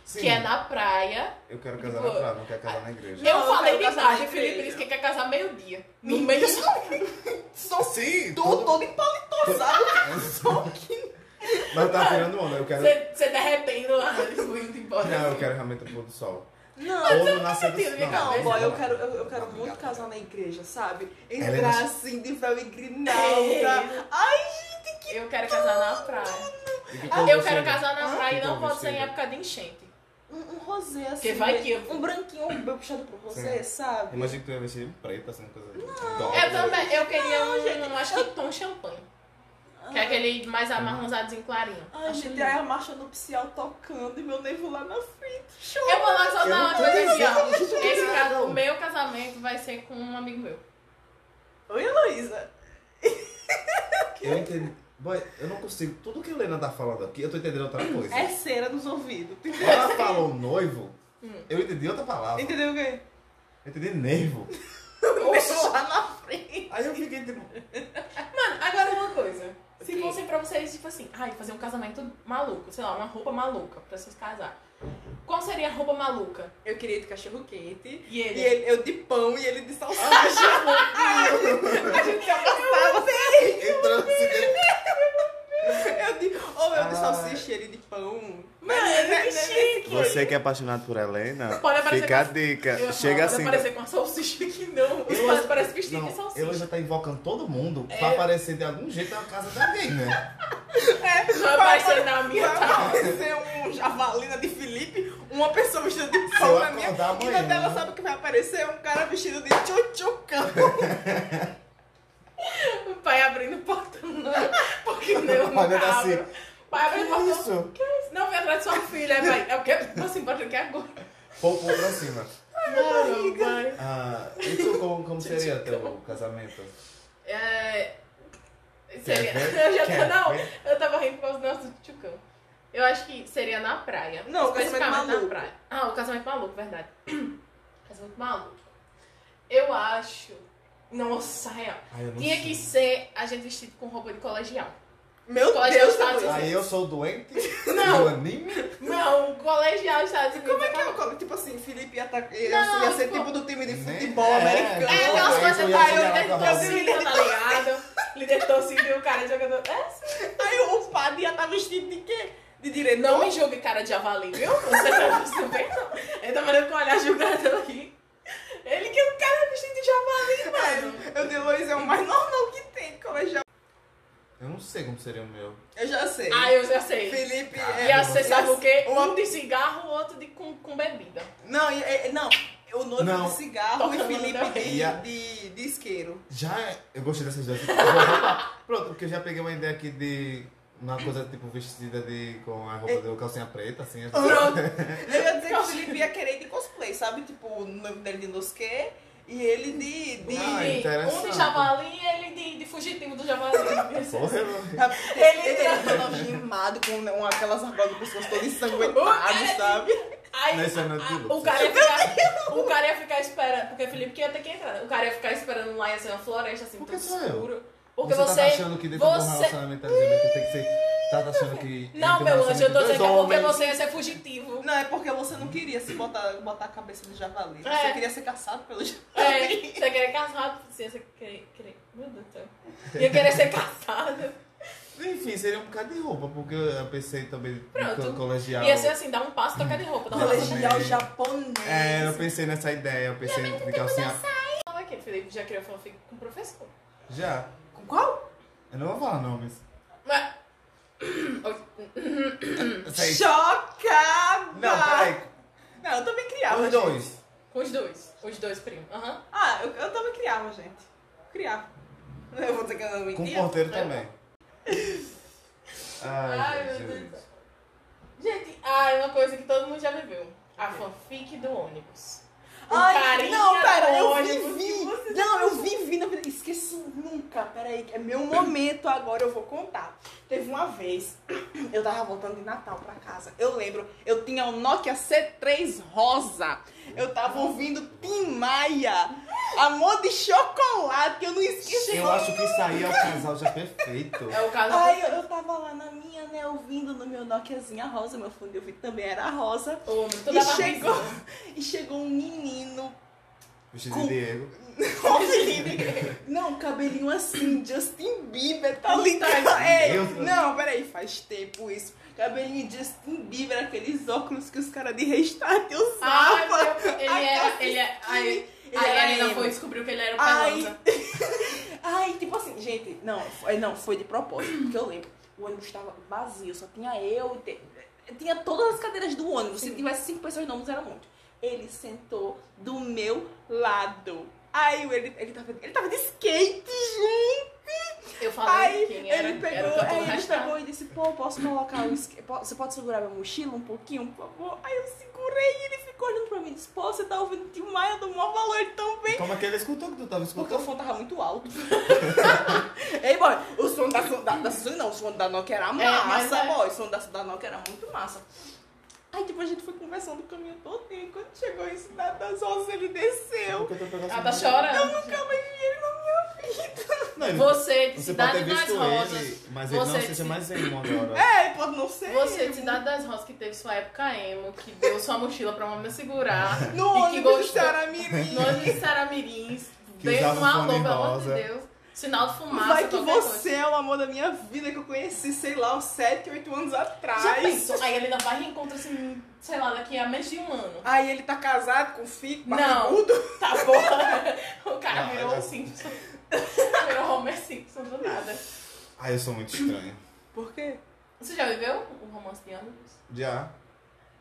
[SPEAKER 2] Sim,
[SPEAKER 1] Que é na praia.
[SPEAKER 2] Eu quero casar
[SPEAKER 1] Tipo,
[SPEAKER 2] na praia, não quero casar na igreja.
[SPEAKER 1] eu
[SPEAKER 3] eu
[SPEAKER 1] falei
[SPEAKER 3] quero
[SPEAKER 1] de
[SPEAKER 3] casar
[SPEAKER 1] tarde,
[SPEAKER 3] na
[SPEAKER 1] o Felipe
[SPEAKER 3] igreja.
[SPEAKER 1] disse que quer casar meio-dia. No meio do
[SPEAKER 2] Só Ah, sim!
[SPEAKER 3] Tô todo empalitosado.
[SPEAKER 2] <laughs> Mas tá virando onda, eu quero.
[SPEAKER 1] Você você derretendo lá, tipo, indo embora.
[SPEAKER 2] Não, eu
[SPEAKER 1] assim.
[SPEAKER 2] quero realmente o pôr do sol.
[SPEAKER 3] Não,
[SPEAKER 2] Ou no nascer do
[SPEAKER 1] sentido,
[SPEAKER 2] sol.
[SPEAKER 1] minha
[SPEAKER 3] Não,
[SPEAKER 1] cabeça.
[SPEAKER 3] boy, eu quero, eu, eu quero
[SPEAKER 2] Não,
[SPEAKER 3] muito
[SPEAKER 2] obrigado.
[SPEAKER 3] casar na igreja, sabe?
[SPEAKER 2] Ela é
[SPEAKER 3] Entrar
[SPEAKER 2] nossa-
[SPEAKER 3] assim de véu e
[SPEAKER 1] É.
[SPEAKER 3] grinalda. Ai,
[SPEAKER 1] Eu quero casar na praia.
[SPEAKER 2] E que
[SPEAKER 1] Ah,
[SPEAKER 2] cor
[SPEAKER 1] eu
[SPEAKER 2] você
[SPEAKER 1] quero
[SPEAKER 2] usa?
[SPEAKER 1] casar na praia e
[SPEAKER 2] Que
[SPEAKER 1] não
[SPEAKER 2] cor
[SPEAKER 1] pode ser
[SPEAKER 2] você
[SPEAKER 1] em
[SPEAKER 2] usa?
[SPEAKER 1] época de enchente.
[SPEAKER 3] um, um rosé assim.
[SPEAKER 1] Porque vai
[SPEAKER 3] né?
[SPEAKER 1] que eu-
[SPEAKER 3] Um branquinho, um bem puxado pro rosé, sabe?
[SPEAKER 2] Imagina que tu ia vestir de preto, assim, coisa né? de
[SPEAKER 1] Eu também, eu queria um, acho que tom champanhe. Que é aquele mais
[SPEAKER 2] Ah.
[SPEAKER 1] amarronzadozinho clarinho.
[SPEAKER 3] Ai,
[SPEAKER 1] Acho
[SPEAKER 3] gente,
[SPEAKER 1] lindo.
[SPEAKER 3] aí a marcha nupcial tocando e meu nevo lá na frente. Show!
[SPEAKER 1] Eu vou lá só dar
[SPEAKER 2] Eu não
[SPEAKER 1] uma
[SPEAKER 2] tô
[SPEAKER 1] coisa assim,
[SPEAKER 2] ligado,
[SPEAKER 1] ó.
[SPEAKER 2] eu um tô
[SPEAKER 1] Esse
[SPEAKER 2] ligado.
[SPEAKER 1] caso, o meu casamento vai ser com um amigo meu.
[SPEAKER 3] Oi, Heloísa.
[SPEAKER 2] Eu entendi. Boy, eu não consigo. Tudo que a Helena tá falando aqui, eu tô entendendo outra coisa.
[SPEAKER 3] É cera nos ouvidos.
[SPEAKER 2] Ela falou noivo,
[SPEAKER 1] Hum.
[SPEAKER 2] eu entendi outra palavra.
[SPEAKER 3] Entendeu
[SPEAKER 2] <laughs>
[SPEAKER 3] o quê?
[SPEAKER 2] Eu entendi nervo.
[SPEAKER 3] Lá na frente.
[SPEAKER 2] Aí eu
[SPEAKER 1] <laughs>
[SPEAKER 2] fiquei tipo,
[SPEAKER 1] Mano, agora uma coisa. Se
[SPEAKER 3] Ok.
[SPEAKER 1] fossem pra vocês, tipo assim, ai, fazer um casamento maluco, sei lá, uma roupa maluca pra vocês casar. Qual seria a roupa maluca?
[SPEAKER 3] Eu queria de cachorro quente.
[SPEAKER 1] E
[SPEAKER 3] E
[SPEAKER 1] ele?
[SPEAKER 3] ele- eu de pão e ele de
[SPEAKER 2] Ah,
[SPEAKER 3] salsicha. <laughs> a gente já passava.
[SPEAKER 2] entrando assim.
[SPEAKER 3] Eu de, ou eu
[SPEAKER 2] Ah.
[SPEAKER 3] de salsicha e ele de pão.
[SPEAKER 1] Mano, é
[SPEAKER 3] né,
[SPEAKER 1] que chique!
[SPEAKER 4] Você que é apaixonado por Helena,
[SPEAKER 1] Pode aparecer
[SPEAKER 4] fica a
[SPEAKER 1] com-
[SPEAKER 4] dica.
[SPEAKER 1] Eu-
[SPEAKER 4] Chega
[SPEAKER 1] não,
[SPEAKER 4] assim.
[SPEAKER 1] Não parecer com a salsicha aqui, não. Os
[SPEAKER 2] né? Eu-
[SPEAKER 1] pais parecem vestido de
[SPEAKER 2] Não,
[SPEAKER 1] salsicha. É.
[SPEAKER 2] ela já tá invocando todo mundo pra aparecer de algum jeito na casa de alguém, né?
[SPEAKER 1] Vai aparecer na minha tá?
[SPEAKER 3] Vai ser um javalina de Felipe, uma pessoa vestida de
[SPEAKER 2] Se eu
[SPEAKER 3] pão na minha.
[SPEAKER 2] acordar
[SPEAKER 3] E na
[SPEAKER 2] amanhã.
[SPEAKER 3] tela sabe o que vai aparecer? Um cara vestido de tchutchucão.
[SPEAKER 1] O pai abrindo o portão, não.
[SPEAKER 2] <laughs>
[SPEAKER 1] Porque não, não
[SPEAKER 2] Olhando
[SPEAKER 1] abre.
[SPEAKER 2] assim.
[SPEAKER 1] Pai abrindo o
[SPEAKER 2] Que
[SPEAKER 1] portão.
[SPEAKER 2] isso?
[SPEAKER 1] Não, vem atrás de sua filha, é, pai. Eu quero você embora aqui é agora.
[SPEAKER 2] Pouco pra cima.
[SPEAKER 1] Não, pai.
[SPEAKER 2] Ah, e tu, como, como seria teu casamento?
[SPEAKER 1] É...
[SPEAKER 2] Quer
[SPEAKER 1] Seria...
[SPEAKER 2] ver?
[SPEAKER 1] <laughs> Eu já tô
[SPEAKER 2] Quer
[SPEAKER 1] na
[SPEAKER 2] ver?
[SPEAKER 1] Eu tava rindo por causa do nosso tchucão. Eu acho que seria na praia.
[SPEAKER 3] Não, o casamento
[SPEAKER 1] Especificamente
[SPEAKER 3] maluco.
[SPEAKER 1] Na praia. Ah, o casamento maluco, verdade. <clears throat> casamento maluco. Eu acho. Nossa, real.
[SPEAKER 2] Ai, eu não
[SPEAKER 1] Tinha
[SPEAKER 2] sei.
[SPEAKER 1] que ser a gente vestido com roupa de
[SPEAKER 2] <laughs>
[SPEAKER 1] colegial.
[SPEAKER 3] Meu
[SPEAKER 1] Pode
[SPEAKER 3] Deus,
[SPEAKER 1] estar
[SPEAKER 3] Deus.
[SPEAKER 1] dizendo.
[SPEAKER 2] Aí eu sou doente?
[SPEAKER 1] Não.
[SPEAKER 2] Do anime?
[SPEAKER 1] Não, colegial Estados Unidos.
[SPEAKER 3] Como é que é o colo? Tipo assim, Felipe ia, tá, ia,
[SPEAKER 1] Não,
[SPEAKER 3] ia ser
[SPEAKER 1] tipo-
[SPEAKER 3] tipo do time de
[SPEAKER 2] Né?
[SPEAKER 3] futebol
[SPEAKER 2] É,
[SPEAKER 3] americano.
[SPEAKER 1] É, aquelas
[SPEAKER 2] Aí
[SPEAKER 1] coisas
[SPEAKER 2] eu
[SPEAKER 1] que
[SPEAKER 2] ia
[SPEAKER 1] aí o
[SPEAKER 2] chegar
[SPEAKER 1] líder de
[SPEAKER 2] lá pra
[SPEAKER 1] torcida, tá ligado? Líder de torcida e o cara jogador. É assim.
[SPEAKER 3] Aí o padre ia estar vestido de quê? De direito.
[SPEAKER 1] Não me julgue cara de javali, viu? Você tá você bem, não. Ele tá falando com o olhar julgado aqui. Ele que é um cara vestido de javali, mano.
[SPEAKER 3] Eu de Luiz é o mais normal que tem, como eu já,
[SPEAKER 2] Eu não sei como seria o meu.
[SPEAKER 3] eu já sei.
[SPEAKER 1] Ah, eu já sei.
[SPEAKER 3] Felipe é.
[SPEAKER 1] Ia ser, assim, sabe o quê?
[SPEAKER 3] Uma-
[SPEAKER 1] Um de cigarro, outro de, com, com bebida.
[SPEAKER 3] Não, e- é- não. O noivo
[SPEAKER 2] Não.
[SPEAKER 3] de cigarro e
[SPEAKER 1] Tocando na
[SPEAKER 3] Felipe
[SPEAKER 2] veia.
[SPEAKER 3] de, de, de isqueiro.
[SPEAKER 2] Já é... Eu gostei dessas
[SPEAKER 1] <laughs>
[SPEAKER 2] duas. Eu vou voltar. Pronto, porque eu já peguei uma ideia aqui de... Uma coisa tipo vestida de... Com a
[SPEAKER 1] É.
[SPEAKER 2] roupa do calcinha preta, assim. assim.
[SPEAKER 1] Pronto.
[SPEAKER 3] <laughs> Eu ia dizer que o Felipe ia querer de cosplay, sabe? Tipo, o noivo dele de nosquê e ele de. de...
[SPEAKER 2] Ah,
[SPEAKER 1] De- um de
[SPEAKER 2] interessante.
[SPEAKER 1] javali e ele de, de fugitivo do javali.
[SPEAKER 2] Porra, eu-
[SPEAKER 3] Ele, ele era todo gimado com um- aquelas argolas do pescoço todo ensanguentado, sabe?
[SPEAKER 1] Aí,
[SPEAKER 2] Não, isso é
[SPEAKER 1] a-
[SPEAKER 2] notebook.
[SPEAKER 1] o, cara ia ficar, o cara ia ficar esperando, porque o Felipe que ia ter que entrar. né? O cara ia ficar esperando lá ia ser uma floresta assim,
[SPEAKER 2] Por que
[SPEAKER 1] tudo
[SPEAKER 2] sou eu?
[SPEAKER 1] escuro. Porque
[SPEAKER 2] você
[SPEAKER 1] você.
[SPEAKER 2] tá achando que dentro de um
[SPEAKER 1] você-
[SPEAKER 2] relacionamento LGBT tem que ser... Tá achando que...
[SPEAKER 1] Não,
[SPEAKER 2] entre um
[SPEAKER 1] meu anjo, eu tô
[SPEAKER 2] relacionamento
[SPEAKER 1] dizendo que é
[SPEAKER 2] de dois
[SPEAKER 1] porque
[SPEAKER 2] homens-
[SPEAKER 1] você ia ser
[SPEAKER 3] <laughs>
[SPEAKER 1] fugitivo.
[SPEAKER 3] Não, é porque você não queria se botar, botar a cabeça de javali.
[SPEAKER 1] É.
[SPEAKER 3] Você queria ser caçado pelo javali.
[SPEAKER 1] É, você queria casar, você ia querer. querer meu Deus do céu. Ia querer ser
[SPEAKER 3] <laughs>
[SPEAKER 1] casado.
[SPEAKER 2] Enfim, seria um bocado de roupa, porque eu pensei também
[SPEAKER 1] Pronto.
[SPEAKER 2] no co- colegial.
[SPEAKER 1] Ia ser assim, dar um passo, tocar de roupa. Dar um passo,
[SPEAKER 3] Colegial japonês.
[SPEAKER 2] É, eu pensei nessa ideia, eu pensei em calcinha.
[SPEAKER 1] Olha aqui, Felipe já criou fanfic com o professor.
[SPEAKER 2] Já.
[SPEAKER 3] Com qual?
[SPEAKER 2] Eu não vou falar nomes.
[SPEAKER 1] Mas.
[SPEAKER 2] Sei.
[SPEAKER 3] Chocada!
[SPEAKER 2] Não, peraí.
[SPEAKER 3] Não, eu também criava,
[SPEAKER 2] Os
[SPEAKER 3] gente.
[SPEAKER 2] dois.
[SPEAKER 1] Com os dois. Os dois primos. Aham.
[SPEAKER 3] Ah, eu, eu também criava, gente. Criava. Eu vou dizer que eu não
[SPEAKER 2] Com o
[SPEAKER 3] mentia.
[SPEAKER 2] porteiro também. Ai,
[SPEAKER 1] Ai, meu
[SPEAKER 2] Jesus.
[SPEAKER 1] Deus. Gente, ah, é uma coisa que todo mundo já viveu. A fanfic do ônibus. O
[SPEAKER 3] Ai,
[SPEAKER 1] carinha
[SPEAKER 3] não, pera,
[SPEAKER 1] do
[SPEAKER 3] eu
[SPEAKER 1] ônibus que
[SPEAKER 3] vivi.
[SPEAKER 1] você- tá
[SPEAKER 3] Não, eu vivi na vida. Esqueci nunca. Peraí, que é meu momento agora, eu vou contar. Teve uma vez, <clears throat> eu tava voltando de Natal pra casa. Eu lembro, eu tinha um Nokia C3 rosa. Eu tava ouvindo Tim Maia. Amor de chocolate, que eu não
[SPEAKER 1] assim,
[SPEAKER 3] esqueci.
[SPEAKER 2] Eu acho que isso aí
[SPEAKER 1] <laughs>
[SPEAKER 2] é o casal já perfeito.
[SPEAKER 1] É o caso
[SPEAKER 3] Ai, eu, eu tava lá na minha, né, ouvindo no meu Nokiazinha rosa. Meu fundo de ouvido também era rosa.
[SPEAKER 1] do ônibus. Toda
[SPEAKER 3] E
[SPEAKER 1] a
[SPEAKER 3] chegou, e chegou um menino
[SPEAKER 2] Vestido de Diego.
[SPEAKER 3] Ó, Felipe. Não, cabelinho assim, Justin Bieber, tá ligado?
[SPEAKER 1] Puta
[SPEAKER 3] É,
[SPEAKER 2] Deus.
[SPEAKER 3] não, peraí, faz tempo isso. Cabelinho Justin Bieber, aqueles óculos que os caras de restart
[SPEAKER 1] Ai,
[SPEAKER 3] usavam.
[SPEAKER 1] Ah, meu, ele
[SPEAKER 3] Ai,
[SPEAKER 1] era,
[SPEAKER 3] tá
[SPEAKER 1] ele é, aí,
[SPEAKER 3] Ele
[SPEAKER 1] aí
[SPEAKER 3] era
[SPEAKER 1] a Helena
[SPEAKER 3] emo.
[SPEAKER 1] foi e descobriu que ele era o
[SPEAKER 3] Ai.
[SPEAKER 1] Pelonza.
[SPEAKER 3] Ai, tipo assim, gente, não, foi, não, foi de propósito, porque eu lembro. O ônibus estava vazio, só tinha eu. te- tinha todas as cadeiras do ônibus. Se tivesse cinco pessoas no ônibus, era muito. Ele sentou do meu lado. Aí ele, ele, tava, ele tava de skate, gente!
[SPEAKER 1] Eu
[SPEAKER 3] Aí
[SPEAKER 1] falei quem era,
[SPEAKER 3] ele
[SPEAKER 1] era o
[SPEAKER 3] pegou,
[SPEAKER 1] cantor
[SPEAKER 3] aí
[SPEAKER 1] do
[SPEAKER 3] ele
[SPEAKER 1] Rastafari.
[SPEAKER 3] pegou e disse, pô, posso colocar o isque- po- Você pode segurar minha mochila um pouquinho, por favor? Aí eu segurei e ele ficou olhando pra mim e disse, pô, você tá ouvindo Tim Maia do maior valor então, também.
[SPEAKER 2] Como aquele é escutou que tu tava
[SPEAKER 3] Porque o
[SPEAKER 2] escutando?
[SPEAKER 3] fone tava muito alto. <laughs> Ei, boy, o som som da, da, da Suzane não, o som da Nokia era
[SPEAKER 1] É, mas
[SPEAKER 3] massa,
[SPEAKER 1] é.
[SPEAKER 3] boy. O som da, da Nokia era muito massa. Aí tipo, a gente foi conversando o caminho todo e quando chegou em Cidade das Rosas, ele desceu.
[SPEAKER 1] Ela tá chorando.
[SPEAKER 3] Nunca mais vi ele na minha vida.
[SPEAKER 2] Não, ele-
[SPEAKER 1] Você é de
[SPEAKER 2] você
[SPEAKER 1] Cidade
[SPEAKER 2] pode ter
[SPEAKER 1] das
[SPEAKER 2] visto
[SPEAKER 1] Rosas.
[SPEAKER 2] ele, mas ele
[SPEAKER 1] Você é
[SPEAKER 2] não
[SPEAKER 1] de-
[SPEAKER 2] seja mais emo agora.
[SPEAKER 3] É, pode não ser.
[SPEAKER 1] Você de
[SPEAKER 3] ele.
[SPEAKER 1] Cidade das Rosas que teve sua época emo, que deu sua mochila pra uma me segurar.
[SPEAKER 2] <laughs>
[SPEAKER 3] No
[SPEAKER 1] e que
[SPEAKER 3] ônibus do
[SPEAKER 1] gostou.
[SPEAKER 3] Ceará Mirim.
[SPEAKER 1] Nós de Sara Mirins,
[SPEAKER 2] Que
[SPEAKER 1] deu
[SPEAKER 2] usava
[SPEAKER 1] um alô,
[SPEAKER 2] fone
[SPEAKER 1] pelo amor de
[SPEAKER 2] rosa.
[SPEAKER 1] Deus. Sinal de fumaça,
[SPEAKER 3] Vai que
[SPEAKER 1] qualquer coisa.
[SPEAKER 3] você é o amor da minha vida que eu conheci, sei lá, uns 7, 8 anos atrás.
[SPEAKER 1] Já pensou? Aí ele ainda vai e reencontra assim, sei lá, daqui a menos de um ano.
[SPEAKER 3] Aí ele tá casado com o Fico,
[SPEAKER 1] Não.
[SPEAKER 3] barrigudo.
[SPEAKER 1] Tá bom. <laughs> O cara
[SPEAKER 2] Não,
[SPEAKER 1] virou
[SPEAKER 2] mas
[SPEAKER 1] o
[SPEAKER 2] assim-
[SPEAKER 1] Simpson. <laughs> virou o Homer Simpson do nada.
[SPEAKER 2] Ai, eu sou muito estranho.
[SPEAKER 3] Por quê?
[SPEAKER 1] Você já viveu o romance de ônibus?
[SPEAKER 2] Já.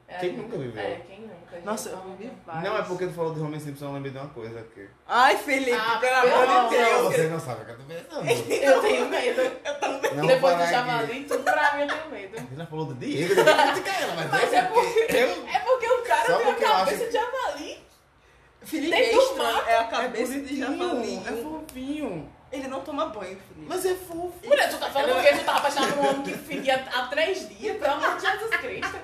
[SPEAKER 1] É,
[SPEAKER 2] Quem nunca viveu?
[SPEAKER 1] É, quem nunca? gente?
[SPEAKER 3] Nossa, eu vi vários.
[SPEAKER 2] Não é porque tu falou de Homer Simpson, eu lembrei de uma coisa aqui.
[SPEAKER 3] Ai, Felipe,
[SPEAKER 1] Ah,
[SPEAKER 3] pelo
[SPEAKER 1] pelo
[SPEAKER 3] amor de
[SPEAKER 1] amor
[SPEAKER 3] Deus.
[SPEAKER 2] Você não sabe o que eu tô pensando.
[SPEAKER 1] <laughs> Eu tenho medo. <laughs> Depois
[SPEAKER 2] Não vou
[SPEAKER 1] do
[SPEAKER 2] falar aqui.
[SPEAKER 1] javali, tudo pra mim eu tenho medo.
[SPEAKER 2] Ela falou do Diego, eu não criticar ela, mas,
[SPEAKER 1] Mas é
[SPEAKER 2] é
[SPEAKER 1] porque-
[SPEAKER 2] porque eu...
[SPEAKER 1] É porque o cara
[SPEAKER 2] Só
[SPEAKER 1] tem a
[SPEAKER 2] porque eu
[SPEAKER 1] cabeça
[SPEAKER 2] acho-
[SPEAKER 1] de javali.
[SPEAKER 3] Felipe
[SPEAKER 1] Dentro
[SPEAKER 3] é
[SPEAKER 1] do
[SPEAKER 3] estranho,
[SPEAKER 1] mato.
[SPEAKER 3] é a
[SPEAKER 2] É
[SPEAKER 3] cabeça de
[SPEAKER 2] bonitinho, é
[SPEAKER 3] javali.
[SPEAKER 2] fofinho.
[SPEAKER 3] Ele não toma banho, Felipe.
[SPEAKER 2] Mas é fofo.
[SPEAKER 1] Mulher, tu tá falando porque tu tava apaixonado por um homem que fica há três dias, pelo amor de Jesus Cristo.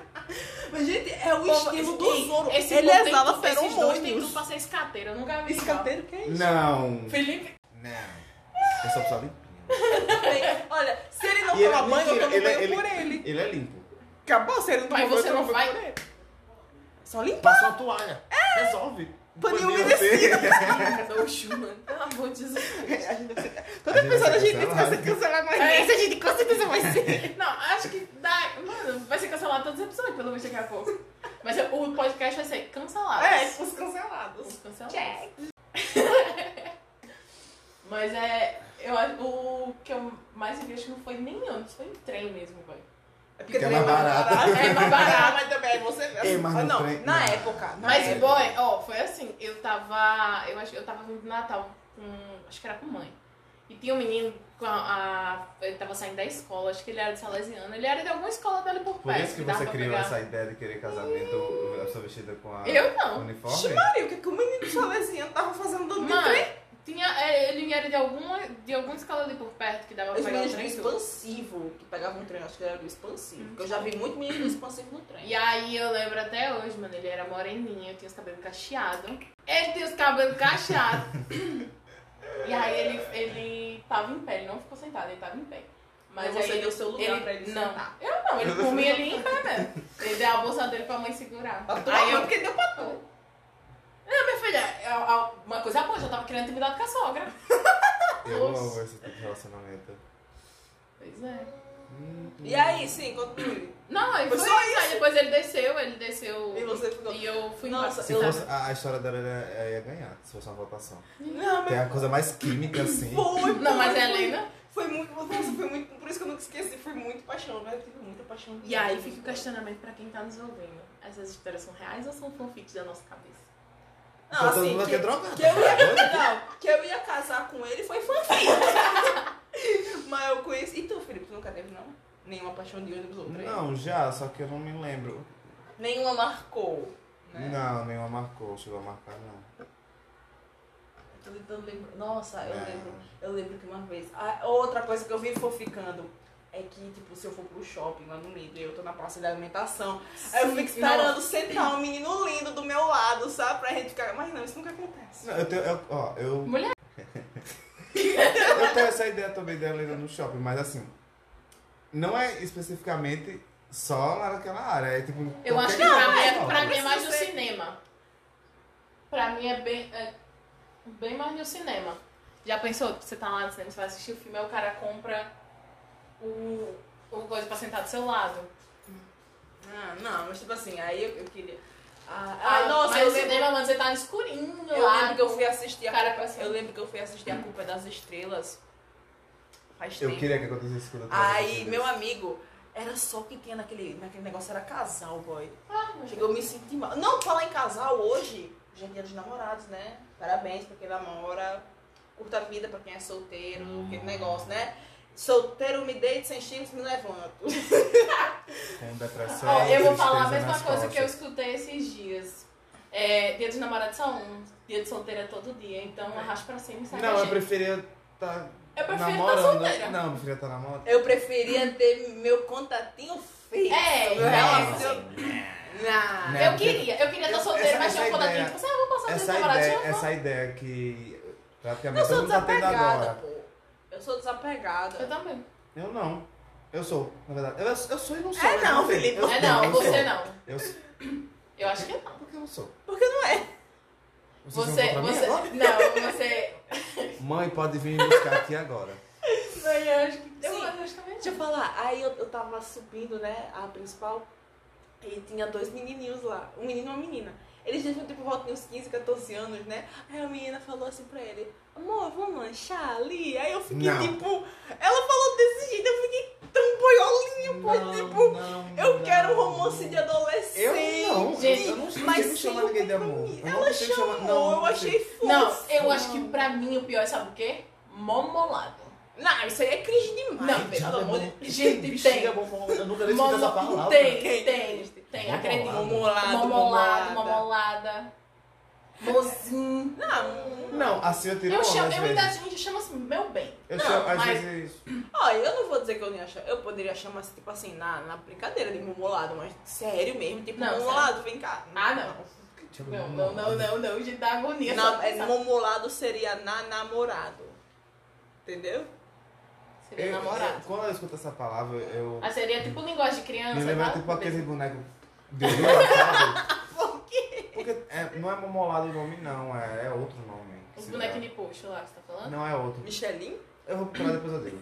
[SPEAKER 3] Mas, gente, é o
[SPEAKER 1] Povo,
[SPEAKER 3] estilo
[SPEAKER 1] esse-
[SPEAKER 3] do
[SPEAKER 1] ei,
[SPEAKER 3] Zoro.
[SPEAKER 1] Esse
[SPEAKER 3] Ele
[SPEAKER 1] povo tem
[SPEAKER 3] exala
[SPEAKER 1] tudo, Esses dois tem
[SPEAKER 3] feromônios.
[SPEAKER 1] tudo pra ser escateiro. Eu nunca vi.
[SPEAKER 3] Escanteiro que é isso?
[SPEAKER 2] Não.
[SPEAKER 1] igual. Felipe.
[SPEAKER 2] Não. Eu só precisava limpinho.
[SPEAKER 3] Olha, se ele não
[SPEAKER 2] E ele- é
[SPEAKER 3] toma banho, eu
[SPEAKER 2] mentira,
[SPEAKER 3] tomo
[SPEAKER 2] ele-
[SPEAKER 3] banho
[SPEAKER 2] ele-
[SPEAKER 3] por ele.
[SPEAKER 2] Ele é limpo.
[SPEAKER 3] Acabou, se ele não toma
[SPEAKER 1] Mas
[SPEAKER 3] banho,
[SPEAKER 1] você
[SPEAKER 3] eu tomo
[SPEAKER 1] não
[SPEAKER 3] banho
[SPEAKER 1] vai-
[SPEAKER 3] por ele. Só limpar.
[SPEAKER 2] Passa uma toalha. Resolve.
[SPEAKER 3] Paninho
[SPEAKER 2] Paninho
[SPEAKER 3] umedecido.
[SPEAKER 2] seco.
[SPEAKER 1] Oxi, mano. Pelo amor de Jesus.
[SPEAKER 3] A gente deve ser-
[SPEAKER 2] A
[SPEAKER 3] Todo
[SPEAKER 2] gente
[SPEAKER 3] episódio a
[SPEAKER 2] vai ser
[SPEAKER 3] gente diz que vai ser cancelado, mas
[SPEAKER 1] É.
[SPEAKER 3] esse a gente com certeza vai ser.
[SPEAKER 1] Não, acho que dá. Mano, vai ser cancelado todos os episódios, pelo menos daqui a pouco. Mas o podcast vai ser cancelado.
[SPEAKER 3] É, os cancelados.
[SPEAKER 1] Os cancelados.
[SPEAKER 3] Check.
[SPEAKER 1] <laughs> Mas é. Eu acho o que eu mais investi não foi nem antes, foi em trem mesmo, velho.
[SPEAKER 3] É porque
[SPEAKER 2] Que é
[SPEAKER 3] também
[SPEAKER 2] mais barato.
[SPEAKER 1] É mais barato.
[SPEAKER 3] mas também aí você
[SPEAKER 2] É, mas
[SPEAKER 3] Ah,
[SPEAKER 2] no
[SPEAKER 3] não,
[SPEAKER 2] trem-
[SPEAKER 3] na
[SPEAKER 2] não.
[SPEAKER 3] época. na
[SPEAKER 1] Mas,
[SPEAKER 3] época.
[SPEAKER 1] boy, ó, foi assim, eu tava. Eu acho eu tava vindo de Natal com. Acho que era com mãe. E tinha um menino com a, a- Ele tava saindo da escola, acho que ele era de Salesiano. Ele era de alguma escola dali por perto.
[SPEAKER 2] Por isso que
[SPEAKER 1] dava
[SPEAKER 2] você
[SPEAKER 1] pra
[SPEAKER 2] criou
[SPEAKER 1] pegar.
[SPEAKER 2] essa ideia de querer casamento, a sua vestida com a
[SPEAKER 1] Eu não.
[SPEAKER 2] uniforme?
[SPEAKER 3] Maria, o que, que o menino salesiano tava fazendo dentro do trem?
[SPEAKER 1] Mãe, tinha, é, ele era de alguma, de alguma escola ali por perto que dava pra
[SPEAKER 3] Os
[SPEAKER 1] pegar o
[SPEAKER 3] meninos do
[SPEAKER 1] trem. e tudo.
[SPEAKER 3] um expansivo, que pegavam o trem, acho que era do expansivo. Porque eu já vi muito menino do expansivo no trem.
[SPEAKER 1] E aí eu lembro até hoje, mano, ele era moreninho, tinha os cabelos cacheados. Ele tinha os cabelos cacheados. e aí ele, ele tava em pé, ele não ficou sentado, ele tava em pé. Mas
[SPEAKER 3] Mas você
[SPEAKER 1] aí
[SPEAKER 3] deu seu lugar pra ele
[SPEAKER 1] não,
[SPEAKER 3] sentar.
[SPEAKER 1] Eu não,
[SPEAKER 3] <laughs>
[SPEAKER 1] ele por mim ele ia em pé mesmo. Ele deu a bolsa dele pra mãe segurar.
[SPEAKER 3] Pra tua
[SPEAKER 1] Aí
[SPEAKER 3] mãe,
[SPEAKER 1] eu,
[SPEAKER 3] porque deu pra tu.
[SPEAKER 1] não, minha filha, é- é uma coisa boa, já tava querendo intimidade com a sogra.
[SPEAKER 2] Eu
[SPEAKER 1] Nossa.
[SPEAKER 2] amo esse tipo de relacionamento.
[SPEAKER 1] Pois é.
[SPEAKER 2] Hum,
[SPEAKER 3] E aí, sim, continue.
[SPEAKER 1] Não, aí foi,
[SPEAKER 3] Foi só
[SPEAKER 1] isso. Aí depois ele desceu, ele desceu.
[SPEAKER 3] E você ficou-
[SPEAKER 1] E eu fui embora.
[SPEAKER 3] Nossa,
[SPEAKER 2] Se
[SPEAKER 3] eu-
[SPEAKER 2] fosse, a, a história dela era- é, ia ganhar, se fosse uma votação.
[SPEAKER 3] Não,
[SPEAKER 2] Tem a coisa mais química assim.
[SPEAKER 3] Foi,
[SPEAKER 1] Não, mas
[SPEAKER 3] foi,
[SPEAKER 1] é a
[SPEAKER 3] foi.
[SPEAKER 1] Helena.
[SPEAKER 3] Foi muito, nossa, foi muito, por isso que eu nunca esqueci, foi muito paixão, velho, tive muita paixão.
[SPEAKER 1] E aí fica o questionamento pra quem tá nos ouvindo. Essas histórias são reais ou são fanfics da nossa cabeça?
[SPEAKER 3] Não,
[SPEAKER 2] todo
[SPEAKER 3] assim,
[SPEAKER 2] mundo aqui
[SPEAKER 3] que,
[SPEAKER 2] é drogado.
[SPEAKER 3] que eu ia, não, que eu ia casar com ele foi fanfic. <laughs> mas eu conheci, e tu, Felipe, tu nunca teve, não? Nenhuma paixão de ônibus ou trem?
[SPEAKER 2] Não, já, só que eu não me lembro.
[SPEAKER 3] Nenhuma marcou, né?
[SPEAKER 2] Não, nenhuma marcou, chegou a marcar, não.
[SPEAKER 3] Eu tô tentando lembrar. Nossa, eu
[SPEAKER 2] Não.
[SPEAKER 3] lembro. Eu lembro que uma vez. Ah, outra coisa que eu vi foficando é que, tipo, se eu for pro shopping lá no Lidl, eu tô na praça de alimentação. aí eu
[SPEAKER 1] Sim,
[SPEAKER 3] fico esperando sentar um menino lindo do meu lado, sabe? Pra gente ficar. Mas não, isso nunca acontece.
[SPEAKER 2] Não, eu tenho, eu, ó, eu
[SPEAKER 1] Mulher.
[SPEAKER 2] Eu tenho essa ideia também dela ainda no shopping, mas assim, não é especificamente só lá naquela área. É tipo. em
[SPEAKER 1] Eu acho que
[SPEAKER 2] qualquer
[SPEAKER 1] pra mim, é,
[SPEAKER 2] lugar do
[SPEAKER 1] pra
[SPEAKER 2] shopping.
[SPEAKER 1] mim é mais no
[SPEAKER 3] Precisa ser.
[SPEAKER 1] cinema. Pra mim é bem, é bem mais no cinema. Já pensou? Você tá lá no cinema, você vai assistir o filme, aí o cara compra o, o coisa pra sentar do seu lado.
[SPEAKER 3] Ah, não, mas tipo assim, aí eu, eu queria. Ah,
[SPEAKER 1] Ah,
[SPEAKER 3] ah, nossa,
[SPEAKER 1] mas
[SPEAKER 3] eu
[SPEAKER 1] no
[SPEAKER 3] lembro.
[SPEAKER 1] cinema, mano, você tá no escurinho
[SPEAKER 3] Eu
[SPEAKER 1] lá.
[SPEAKER 3] lembro que eu fui assistir a
[SPEAKER 1] Cara,
[SPEAKER 3] culpa,
[SPEAKER 1] pra cima.
[SPEAKER 3] Eu lembro que eu fui assistir a culpa das estrelas. Faz
[SPEAKER 2] Eu
[SPEAKER 3] tempo.
[SPEAKER 2] queria que acontecesse isso quando eu tava
[SPEAKER 3] Aí,
[SPEAKER 2] fazendo
[SPEAKER 3] meu
[SPEAKER 2] isso.
[SPEAKER 3] amigo, era só quem tinha naquele, naquele negócio, era casal, boy.
[SPEAKER 1] Ah, meu Deus.
[SPEAKER 3] Chegou, eu me senti mal. Não, falar em casal hoje, já é dia dos namorados, né? Parabéns pra quem namora. Curta a vida pra quem é solteiro,
[SPEAKER 2] Uhum.
[SPEAKER 3] aquele negócio, né? Solteiro me deito, sem chifres me levanto.
[SPEAKER 2] assim, Com depressão.
[SPEAKER 1] Ó, eu vou falar a
[SPEAKER 2] tristeza
[SPEAKER 1] mesma
[SPEAKER 2] nas
[SPEAKER 1] coisa que eu
[SPEAKER 2] costas.
[SPEAKER 1] escutei esses dias. É, dia dos namorados são um, dia de solteira é todo dia, então arrasta pra cima e sai
[SPEAKER 2] Não,
[SPEAKER 1] com a
[SPEAKER 2] eu
[SPEAKER 1] gente.
[SPEAKER 2] preferia tá
[SPEAKER 1] Eu prefiro estar
[SPEAKER 2] namorando.
[SPEAKER 1] solteira.
[SPEAKER 2] não, minha filha tá namorando.
[SPEAKER 3] Eu preferia ter meu contatinho fixo.
[SPEAKER 1] É,
[SPEAKER 3] meu
[SPEAKER 1] é.
[SPEAKER 3] relacionamento.
[SPEAKER 2] Né?
[SPEAKER 1] eu queria, eu queria estar
[SPEAKER 2] Eu-
[SPEAKER 1] solteira,
[SPEAKER 2] essa-
[SPEAKER 1] mas tinha um
[SPEAKER 2] essa
[SPEAKER 1] contatinho.
[SPEAKER 2] ideia-
[SPEAKER 1] Tipo, assim, ah, vou passar
[SPEAKER 2] Essa
[SPEAKER 1] essa namoradinha.
[SPEAKER 2] ideia,
[SPEAKER 1] eu vou.
[SPEAKER 2] essa ideia que
[SPEAKER 3] Eu
[SPEAKER 2] praticamente todo
[SPEAKER 3] sou
[SPEAKER 2] mundo tá tendo
[SPEAKER 3] desapegada,
[SPEAKER 2] agora.
[SPEAKER 3] pô. Eu sou desapegada.
[SPEAKER 1] Eu também.
[SPEAKER 2] Eu não. Eu sou, na verdade. Eu, eu sou e não sou.
[SPEAKER 3] É
[SPEAKER 2] né?
[SPEAKER 3] não, Felipe.
[SPEAKER 2] Eu
[SPEAKER 1] É
[SPEAKER 2] sou,
[SPEAKER 1] não,
[SPEAKER 2] eu
[SPEAKER 1] você
[SPEAKER 2] sou.
[SPEAKER 1] não.
[SPEAKER 2] Eu sou. Ah,
[SPEAKER 1] Eu acho que não.
[SPEAKER 2] Por que eu não sou?
[SPEAKER 3] Porque não é.
[SPEAKER 2] Vocês vão
[SPEAKER 1] Você,
[SPEAKER 2] contra mim
[SPEAKER 1] você,
[SPEAKER 2] agora?
[SPEAKER 1] não, você.
[SPEAKER 2] Mãe, pode vir me buscar aqui agora.
[SPEAKER 1] Não, eu acho que. Eu
[SPEAKER 3] Sim.
[SPEAKER 1] acho também
[SPEAKER 3] Deixa eu falar, aí eu, eu tava subindo, né, a principal, e tinha dois menininhos lá, um menino e uma menina. Eles tinham, tipo, volta de uns 15, 14 anos, né? Aí a menina falou assim pra ele, amor, vamos lanchar ali? Aí eu fiquei,
[SPEAKER 2] Não.
[SPEAKER 3] tipo, ela falou desse jeito, eu fiquei tão boiolinho, pô, tipo, eu quero um romance de adolescente.
[SPEAKER 2] Eu não,
[SPEAKER 1] Gente,
[SPEAKER 2] eu não sei
[SPEAKER 3] mas
[SPEAKER 2] se
[SPEAKER 3] sem
[SPEAKER 2] chama ninguém de amor.
[SPEAKER 3] compromisso.
[SPEAKER 2] Eu não sei
[SPEAKER 3] Ela
[SPEAKER 2] se chama-
[SPEAKER 3] chamou,
[SPEAKER 2] não,
[SPEAKER 3] eu
[SPEAKER 2] não sei.
[SPEAKER 3] achei fofo.
[SPEAKER 1] Não, eu acho que pra mim o pior é, sabe o quê? Momolado.
[SPEAKER 3] Não, isso aí é cringe demais,
[SPEAKER 1] Não,
[SPEAKER 3] velho,
[SPEAKER 2] Diabo
[SPEAKER 3] pelo
[SPEAKER 2] é
[SPEAKER 3] amor
[SPEAKER 2] bom.
[SPEAKER 3] de
[SPEAKER 1] Gente,
[SPEAKER 2] Que
[SPEAKER 1] tem.
[SPEAKER 2] bexiga é bom, bom, Eu nunca nem escutei essa
[SPEAKER 1] Momo...
[SPEAKER 2] palavra.
[SPEAKER 1] Tem,
[SPEAKER 3] Quem?
[SPEAKER 1] tem, tem, acredito.
[SPEAKER 2] Momolado.
[SPEAKER 3] Momolado,
[SPEAKER 1] Momolado,
[SPEAKER 3] momolada.
[SPEAKER 1] momolada. Mozinho.
[SPEAKER 3] Não, hum,
[SPEAKER 2] Não, assim eu tiro
[SPEAKER 1] Eu,
[SPEAKER 2] onda,
[SPEAKER 1] chamo,
[SPEAKER 2] às
[SPEAKER 1] eu
[SPEAKER 2] vezes.
[SPEAKER 1] ainda gente, eu chamo assim, meu bem.
[SPEAKER 2] Eu
[SPEAKER 1] Não,
[SPEAKER 2] chamo, às
[SPEAKER 1] mas-
[SPEAKER 2] vezes.
[SPEAKER 3] Ó, eu não vou dizer que eu nem achava. Eu poderia chamar assim, tipo assim, na, na brincadeira de momolado, mas sério mesmo, tipo,
[SPEAKER 1] Não,
[SPEAKER 3] momolado, vem cá.
[SPEAKER 1] Ah, não. Não, não, não, não, não, gente, dá agonia. só
[SPEAKER 3] Na, é,
[SPEAKER 1] pensar.
[SPEAKER 3] momolado seria na namorado. Entendeu?
[SPEAKER 1] Seria
[SPEAKER 2] Eu,
[SPEAKER 1] namorado.
[SPEAKER 2] quando eu escuto essa palavra, eu.
[SPEAKER 1] Mas seria tipo linguagem de criança.
[SPEAKER 2] Me lembra
[SPEAKER 1] tá?
[SPEAKER 2] tipo aquele boneco de Lula,
[SPEAKER 1] <laughs>
[SPEAKER 2] sabe? Por quê? Porque é, não é momolado o nome, não. É, é outro nome.
[SPEAKER 1] Os
[SPEAKER 2] Se
[SPEAKER 1] bonequinhos
[SPEAKER 2] dá.
[SPEAKER 1] Um de puxo lá, você tá falando?
[SPEAKER 2] Não é outro.
[SPEAKER 3] Michelin?
[SPEAKER 2] Eu vou procurar depois eu digo.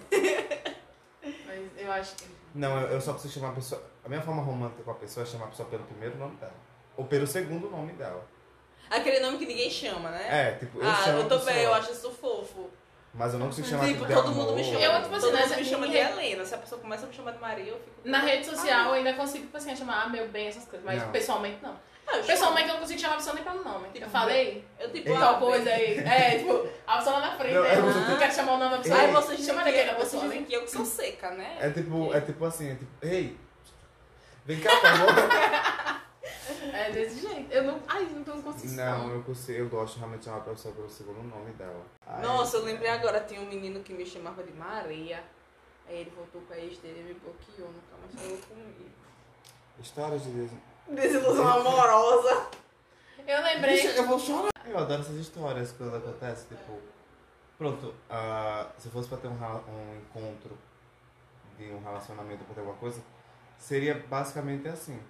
[SPEAKER 1] Mas eu acho que.
[SPEAKER 2] Não, eu, eu só preciso chamar a pessoa. A minha forma romântica com a pessoa é chamar a pessoa pelo primeiro nome dela. Ou pelo segundo nome dela.
[SPEAKER 3] Aquele nome que ninguém chama, né?
[SPEAKER 2] É, tipo, eu
[SPEAKER 3] ah,
[SPEAKER 2] chamo.
[SPEAKER 3] eu
[SPEAKER 2] a
[SPEAKER 3] também,
[SPEAKER 2] pessoa,
[SPEAKER 3] eu acho isso fofo.
[SPEAKER 2] Mas eu não preciso chamar
[SPEAKER 3] tipo,
[SPEAKER 2] de
[SPEAKER 3] todo
[SPEAKER 2] amor.
[SPEAKER 3] mundo me chama.
[SPEAKER 1] Eu, tipo assim,
[SPEAKER 3] todo
[SPEAKER 1] né,
[SPEAKER 3] mundo me
[SPEAKER 1] ninguém-
[SPEAKER 3] chama de Helena. Se a pessoa começa a me chamar de Maria, eu fico.
[SPEAKER 1] Na rede social eu ainda consigo, tipo assim, chamar ah, meu bem, essas coisas. Mas
[SPEAKER 2] Não.
[SPEAKER 1] pessoalmente não.
[SPEAKER 3] Ah, eu chamo.
[SPEAKER 1] Pessoalmente eu não consigo chamar a pessoa nem pelo nome.
[SPEAKER 3] Tipo,
[SPEAKER 1] eu falei
[SPEAKER 3] Eu tipo,
[SPEAKER 2] Ei,
[SPEAKER 3] ah,
[SPEAKER 1] tal
[SPEAKER 3] bem.
[SPEAKER 1] coisa aí. É, tipo, a pessoa lá na frente.
[SPEAKER 2] Não,
[SPEAKER 1] aí,
[SPEAKER 2] é,
[SPEAKER 1] eu
[SPEAKER 3] você-
[SPEAKER 1] não quero chamar o nome da pessoa.
[SPEAKER 3] Aí
[SPEAKER 2] Ei.
[SPEAKER 3] vocês dizem
[SPEAKER 1] chama
[SPEAKER 3] que,
[SPEAKER 1] daquela
[SPEAKER 3] vocês
[SPEAKER 1] pessoa,
[SPEAKER 3] dizem
[SPEAKER 1] né?
[SPEAKER 3] que eu que sou seca, né?
[SPEAKER 2] É tipo, é tipo assim, é tipo, ei, vem cá,
[SPEAKER 1] <laughs>
[SPEAKER 2] por favor.
[SPEAKER 1] É desse jeito. Eu não. Ai, não tô conseguindo.
[SPEAKER 2] não, eu consigo, eu gosto realmente de chamar a pessoa pelo segundo nome dela. Ai,
[SPEAKER 3] Nossa, eu lembrei agora, tinha um menino que me chamava de Maria. Aí ele voltou pra ex dele e me bloqueou, nunca mais falou comigo. Uhum.
[SPEAKER 2] Histórias de Deus.
[SPEAKER 3] Desilusão amorosa.
[SPEAKER 1] Eu lembrei.
[SPEAKER 2] Vixe, eu vou chorar. Eu adoro essas histórias quando acontece, tipo. Pronto, ah, se fosse pra ter um, rela- um encontro de um relacionamento pra ter alguma coisa, seria basicamente assim.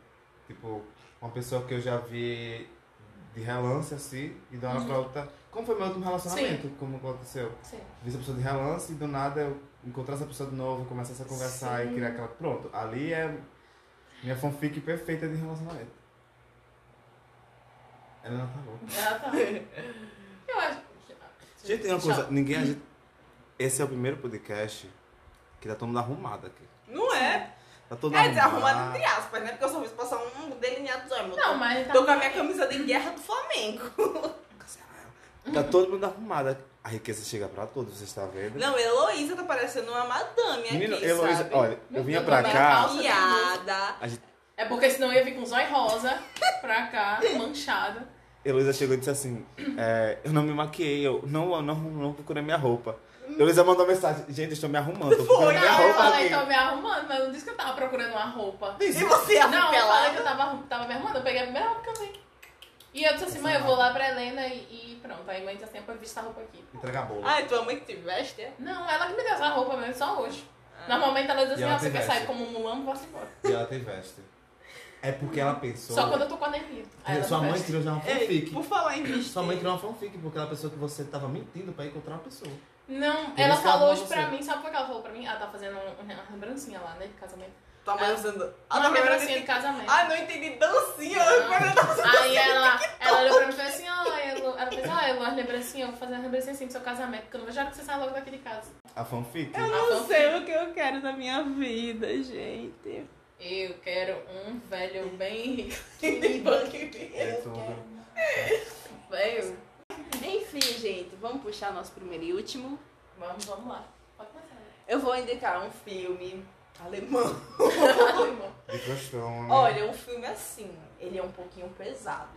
[SPEAKER 2] Tipo, uma pessoa que eu já vi de relance assim, e de uma hora pra outra. Como foi meu último relacionamento? Como aconteceu?
[SPEAKER 1] Sim.
[SPEAKER 2] vi essa pessoa de relance e do nada eu encontrar essa pessoa de novo, começar a conversar e criar aquela. Pronto, ali é minha fanfic perfeita de relacionamento. Ela não tá louca.
[SPEAKER 1] Ela tá. Eu acho.
[SPEAKER 2] Gente, tem uma coisa, ninguém. a gente- Esse é o primeiro podcast que tá todo mundo arrumado aqui.
[SPEAKER 3] Não é?
[SPEAKER 2] Tá todo mundo
[SPEAKER 3] É desarrumado
[SPEAKER 2] arrumado.
[SPEAKER 3] entre aspas, né? Porque eu só fiz passar um delineado só. meu.
[SPEAKER 1] Não, mas. tá
[SPEAKER 3] Tô com a minha camisa de guerra do Flamengo.
[SPEAKER 2] Tá todo mundo arrumado. aqui. A riqueza chega pra todos, você está vendo?
[SPEAKER 3] Não, Heloísa tá parecendo uma madame
[SPEAKER 2] Menino,
[SPEAKER 3] aqui,
[SPEAKER 2] Heloísa,
[SPEAKER 3] sabe?
[SPEAKER 2] olha,
[SPEAKER 1] Meu
[SPEAKER 2] eu vinha
[SPEAKER 1] Deus,
[SPEAKER 2] pra
[SPEAKER 1] minha
[SPEAKER 2] cá.
[SPEAKER 1] calça.
[SPEAKER 3] Piada.
[SPEAKER 1] É porque senão eu ia vir com um zóio rosa pra cá, manchado.
[SPEAKER 2] Heloísa chegou e disse assim: é, Eu não me maquiei, eu não, eu não, não procurei minha roupa. Heloísa mandou mensagem: Gente, estou me arrumando,
[SPEAKER 1] Não,
[SPEAKER 2] estou procurando minha
[SPEAKER 1] eu
[SPEAKER 2] roupa.
[SPEAKER 1] falei, tô
[SPEAKER 2] aqui.
[SPEAKER 1] me arrumando, mas eu não disse que eu tava procurando uma roupa.
[SPEAKER 3] E você, a
[SPEAKER 1] Não, eu falei que eu
[SPEAKER 3] Tá pelada?
[SPEAKER 1] tava, arrum- tava me arrumando, eu peguei a primeira roupa que eu vi. E eu disse assim, mãe, eu vou lá pra Helena e, e pronto. Aí mãe disse assim, eu vou vestir essa roupa aqui.
[SPEAKER 2] Entrega a bola.
[SPEAKER 3] Ai, tua mãe que te veste, é?
[SPEAKER 1] Não, ela que me deu essa roupa mesmo, só hoje. Normalmente ela diz
[SPEAKER 2] E
[SPEAKER 1] assim,
[SPEAKER 2] ela
[SPEAKER 1] ah, você
[SPEAKER 2] tem
[SPEAKER 1] quer
[SPEAKER 2] essa.
[SPEAKER 1] sair como um mulambo, vá embora.
[SPEAKER 2] E ela tem veste. É porque ela pensou.
[SPEAKER 1] Só quando eu tô com anemia. Aí ela
[SPEAKER 2] Sua mãe
[SPEAKER 1] veste.
[SPEAKER 2] criou já uma
[SPEAKER 3] Ei,
[SPEAKER 2] fanfic.
[SPEAKER 3] por falar em vestir.
[SPEAKER 2] Sua mãe criou uma fanfic porque ela pensou que você tava mentindo pra encontrar uma pessoa.
[SPEAKER 1] Não, ela
[SPEAKER 2] Por isso que ela
[SPEAKER 1] falou
[SPEAKER 2] arrumou
[SPEAKER 1] hoje pra
[SPEAKER 2] você.
[SPEAKER 1] mim, sabe o que ela falou pra mim? Ela tá fazendo um- uma lembrancinha lá, né, de casamento.
[SPEAKER 2] tá
[SPEAKER 3] Tua mãe usando... Ah,
[SPEAKER 1] Uma
[SPEAKER 3] tua mãe
[SPEAKER 1] lembrancinha
[SPEAKER 3] tem-
[SPEAKER 1] de casamento.
[SPEAKER 3] Ai, não entendi dancinha.
[SPEAKER 1] Não.
[SPEAKER 3] Quando eu
[SPEAKER 2] tá
[SPEAKER 3] tava
[SPEAKER 1] Aí ela, ela olhou pra mim e falou assim, ó, Elo- ela fez, ó, Elo, as lembrancinhas, eu vou fazer uma lembrancinha assim do seu casamento, porque eu não vou já que você sai logo daqui de casa.
[SPEAKER 2] A fanfic?
[SPEAKER 1] Eu
[SPEAKER 3] Não sei o que eu quero da minha vida, gente.
[SPEAKER 1] Eu quero um velho bem rico.
[SPEAKER 3] <laughs>
[SPEAKER 2] É tudo.
[SPEAKER 1] Velho.
[SPEAKER 3] Enfim, gente, vamos puxar nosso primeiro e último.
[SPEAKER 1] Vamos, vamos lá. Pode começar.
[SPEAKER 2] <laughs>
[SPEAKER 1] né?
[SPEAKER 3] Eu vou indicar um filme alemão.
[SPEAKER 1] Irmão.
[SPEAKER 2] De né? costume.
[SPEAKER 3] Olha, um filme assim, ele é um pouquinho pesado.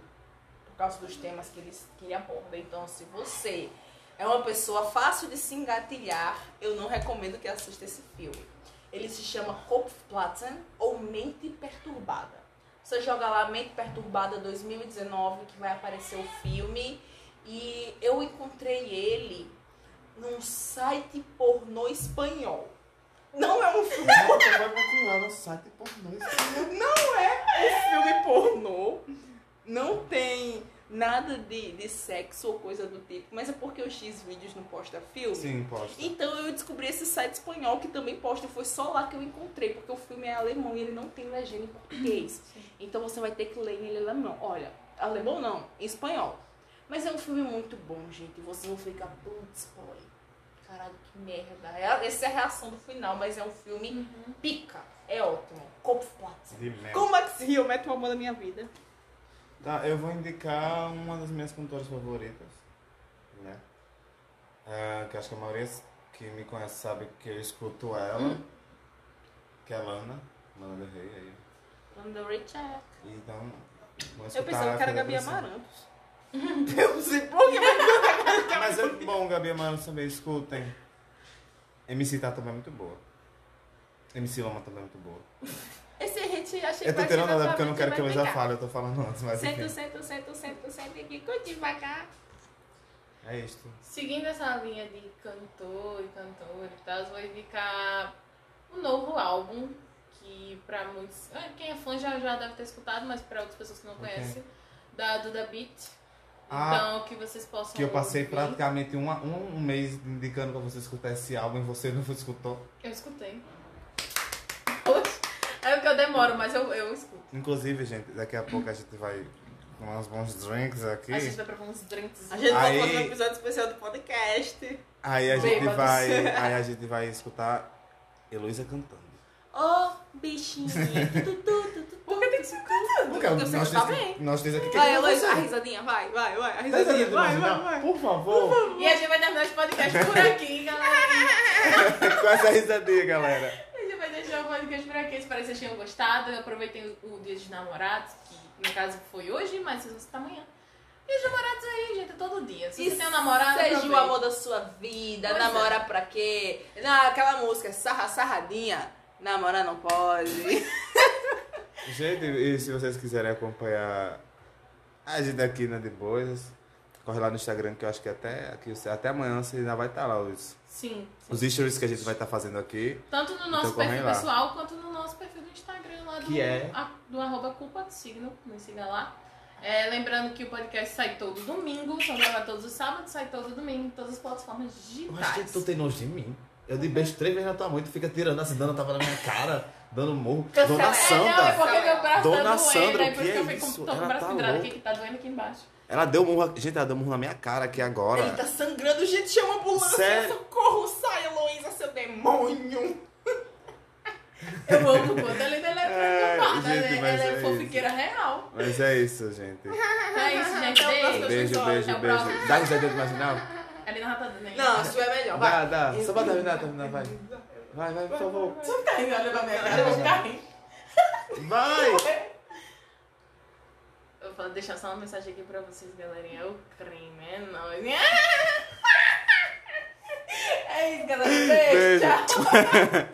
[SPEAKER 3] Por causa dos temas que ele, que ele aborda. Então, se você É uma pessoa fácil de se engatilhar. Eu não recomendo que assista esse filme. Ele se chama Kopfplatzen ou Mente Perturbada. Você joga lá Mente Perturbada 2019 que vai aparecer o filme. E eu encontrei ele num site pornô espanhol. Não é um filme
[SPEAKER 2] Você vai procurar no site pornô.
[SPEAKER 3] filme pornô, não tem nada de, de sexo ou coisa do tipo, mas é porque o X vídeos não posta filme.
[SPEAKER 2] Sim, posta.
[SPEAKER 3] Então eu descobri esse site espanhol que também posta, e foi só lá que eu encontrei, porque o filme é alemão e ele não tem legenda em português. Então você vai ter que ler ele em alemão. Olha, alemão não, em espanhol. Mas é um filme muito bom, gente. Vocês vão ficar, putz, boy. Caralho, que merda. É- Essa é a reação do final, mas é um filme pica. É ótimo. Kopfplatz.
[SPEAKER 2] De merda.
[SPEAKER 3] Como Max Hill mete o amor da minha vida?
[SPEAKER 2] Tá, eu vou indicar uma das minhas cantoras favoritas, né? Ah, que acho que a maioria que me conhece sabe que eu escuto ela,
[SPEAKER 3] Hum.
[SPEAKER 2] que é a Lana, Lana Del Rey aí.
[SPEAKER 3] Lana Richard.
[SPEAKER 2] Então, vou escutar
[SPEAKER 3] Eu pensava que
[SPEAKER 2] Fernanda
[SPEAKER 3] era Gabi
[SPEAKER 2] Crescente.
[SPEAKER 3] Amarantos. Eu não sei por quê, mas
[SPEAKER 2] Mas é bom, Gabi Amarantos também, escutem. MC Tá também é muito boa. MC Loma também é muito boa.
[SPEAKER 3] Esse hit achei
[SPEAKER 2] Eu tô
[SPEAKER 3] que vai
[SPEAKER 2] tirando
[SPEAKER 3] chegar
[SPEAKER 2] nada porque eu
[SPEAKER 3] sua
[SPEAKER 2] não quero
[SPEAKER 3] vez
[SPEAKER 2] que eu
[SPEAKER 3] vai
[SPEAKER 2] já
[SPEAKER 3] pegar.
[SPEAKER 2] fale, eu tô falando antes, mas
[SPEAKER 3] Sento,
[SPEAKER 2] enfim.
[SPEAKER 3] sento, sento, sento, sento aqui, com devagar.
[SPEAKER 2] É isto.
[SPEAKER 1] Seguindo essa linha de cantor e cantora e tal, eu vou indicar um novo álbum que pra muitos. ah, Quem é fã já, já deve ter escutado, mas pra outras pessoas que não
[SPEAKER 2] Ok.
[SPEAKER 1] conhecem, da Duda Beat.
[SPEAKER 2] Ah,
[SPEAKER 1] então que vocês possam.
[SPEAKER 2] que eu passei
[SPEAKER 1] ouvir.
[SPEAKER 2] praticamente uma- um, um mês indicando pra você escutar esse álbum e você não escutou.
[SPEAKER 1] Eu escutei. Oxe, É porque eu demoro, mas eu, eu escuto.
[SPEAKER 2] Inclusive, gente, daqui a pouco a gente vai tomar uns bons drinks aqui.
[SPEAKER 1] A gente vai pra uns drinks.
[SPEAKER 3] A gente
[SPEAKER 2] Aí-
[SPEAKER 3] vai fazer um episódio especial do podcast.
[SPEAKER 2] Aí a gente
[SPEAKER 1] Bêbados.
[SPEAKER 2] vai. Aí a gente vai escutar Heloísa cantando.
[SPEAKER 3] Ô,
[SPEAKER 2] <laughs>
[SPEAKER 3] bichinho. tu, tu, tu, tu,
[SPEAKER 1] Por que tem que ser cantando?
[SPEAKER 2] Porque
[SPEAKER 3] você
[SPEAKER 2] nós
[SPEAKER 3] tá
[SPEAKER 2] diz-
[SPEAKER 3] bem.
[SPEAKER 2] Nós diz aqui que
[SPEAKER 3] Vai,
[SPEAKER 2] que
[SPEAKER 3] Eloísa,
[SPEAKER 2] você-
[SPEAKER 3] a risadinha, vai, vai, vai. A
[SPEAKER 2] Tá entendendo,
[SPEAKER 3] risadinha, vai, vai,
[SPEAKER 2] Marginal?
[SPEAKER 3] vai.
[SPEAKER 2] Por
[SPEAKER 1] <laughs>
[SPEAKER 2] favor.
[SPEAKER 1] E a gente vai terminar esse podcast
[SPEAKER 2] <laughs>
[SPEAKER 1] por aqui, galera.
[SPEAKER 2] Com essa risadinha, galera.
[SPEAKER 1] A gente vai deixar o podcast por aqui. Espero que vocês tenham gostado. Aproveitem o, o dia dos namorados, que no caso foi hoje, mas vocês vão escutar amanhã. E os namorados aí, gente, é todo dia. Se
[SPEAKER 3] E
[SPEAKER 1] você tem um namorado,
[SPEAKER 3] Seja o
[SPEAKER 1] aproveita.
[SPEAKER 3] amor da sua vida,
[SPEAKER 1] Pois
[SPEAKER 3] namora pra quê? Na, aquela música, sarra, sarradinha, namorar não pode.
[SPEAKER 2] Gente, e se vocês quiserem acompanhar a gente aqui na De Boas, corre lá no Instagram que eu acho que até, aqui, até amanhã você ainda vai estar lá os,
[SPEAKER 1] Sim.
[SPEAKER 2] os stories que a gente vai estar fazendo aqui.
[SPEAKER 1] Tanto no nosso
[SPEAKER 2] Então, correm
[SPEAKER 1] perfil
[SPEAKER 2] lá.
[SPEAKER 1] pessoal, quanto no nosso perfil do Instagram lá do,
[SPEAKER 2] Que é?
[SPEAKER 1] a- do arroba culpa do signo. Me siga lá. É, lembrando que o podcast sai todo domingo, são gravados todos os sábados, sai todo domingo, em todas as plataformas digitais.
[SPEAKER 4] tem nojo de mim. Eu dei beijo três vezes na tua mãe, tu fica tirando assim, dando tava na minha cara, dando morro.
[SPEAKER 3] Cancela
[SPEAKER 4] Dona
[SPEAKER 3] ela,
[SPEAKER 1] É, não, é
[SPEAKER 4] Sandra,
[SPEAKER 1] porque meu braço
[SPEAKER 4] Dona
[SPEAKER 1] tá doendo,
[SPEAKER 4] Sandra,
[SPEAKER 1] aí por
[SPEAKER 4] o que
[SPEAKER 1] isso que eu
[SPEAKER 4] é
[SPEAKER 1] fico
[SPEAKER 4] isso?
[SPEAKER 1] tô com o
[SPEAKER 4] Ela
[SPEAKER 1] braço
[SPEAKER 4] tá
[SPEAKER 1] pendurado aqui,
[SPEAKER 4] louca.
[SPEAKER 1] que tá doendo aqui embaixo.
[SPEAKER 4] ela deu murro, gente, ela deu murro na minha cara aqui agora.
[SPEAKER 3] Ele tá sangrando, gente, chama a ambulância,
[SPEAKER 4] Sério?
[SPEAKER 3] socorro, sai, Heloísa, seu demônio.
[SPEAKER 1] Eu amo o quanto ela ainda é
[SPEAKER 2] É,
[SPEAKER 1] preocupada,
[SPEAKER 2] gente,
[SPEAKER 1] né?
[SPEAKER 2] mas
[SPEAKER 1] ela é,
[SPEAKER 2] é
[SPEAKER 1] fofiqueira real.
[SPEAKER 2] Mas é isso, gente.
[SPEAKER 1] Então é isso, gente.
[SPEAKER 3] Até o próximo
[SPEAKER 1] Beijo.
[SPEAKER 2] Beijo, beijo,
[SPEAKER 1] Até é o
[SPEAKER 2] beijo.
[SPEAKER 1] próximo.
[SPEAKER 2] Dá risadinha do marginal?
[SPEAKER 1] Ela não tá dando ainda.
[SPEAKER 3] Não, isso é melhor, vai.
[SPEAKER 2] Dá, dá. Só pra terminar, terminar, vai. Vai, vai, por favor.
[SPEAKER 1] Você não tá rindo olha pra minha cara, eu vou ficar rindo.
[SPEAKER 2] Vai!
[SPEAKER 1] Eu vou deixar só uma mensagem aqui pra vocês, galerinha. O crime é nóis. É isso, galera. Beijo.
[SPEAKER 2] Beijo.
[SPEAKER 1] Tchau.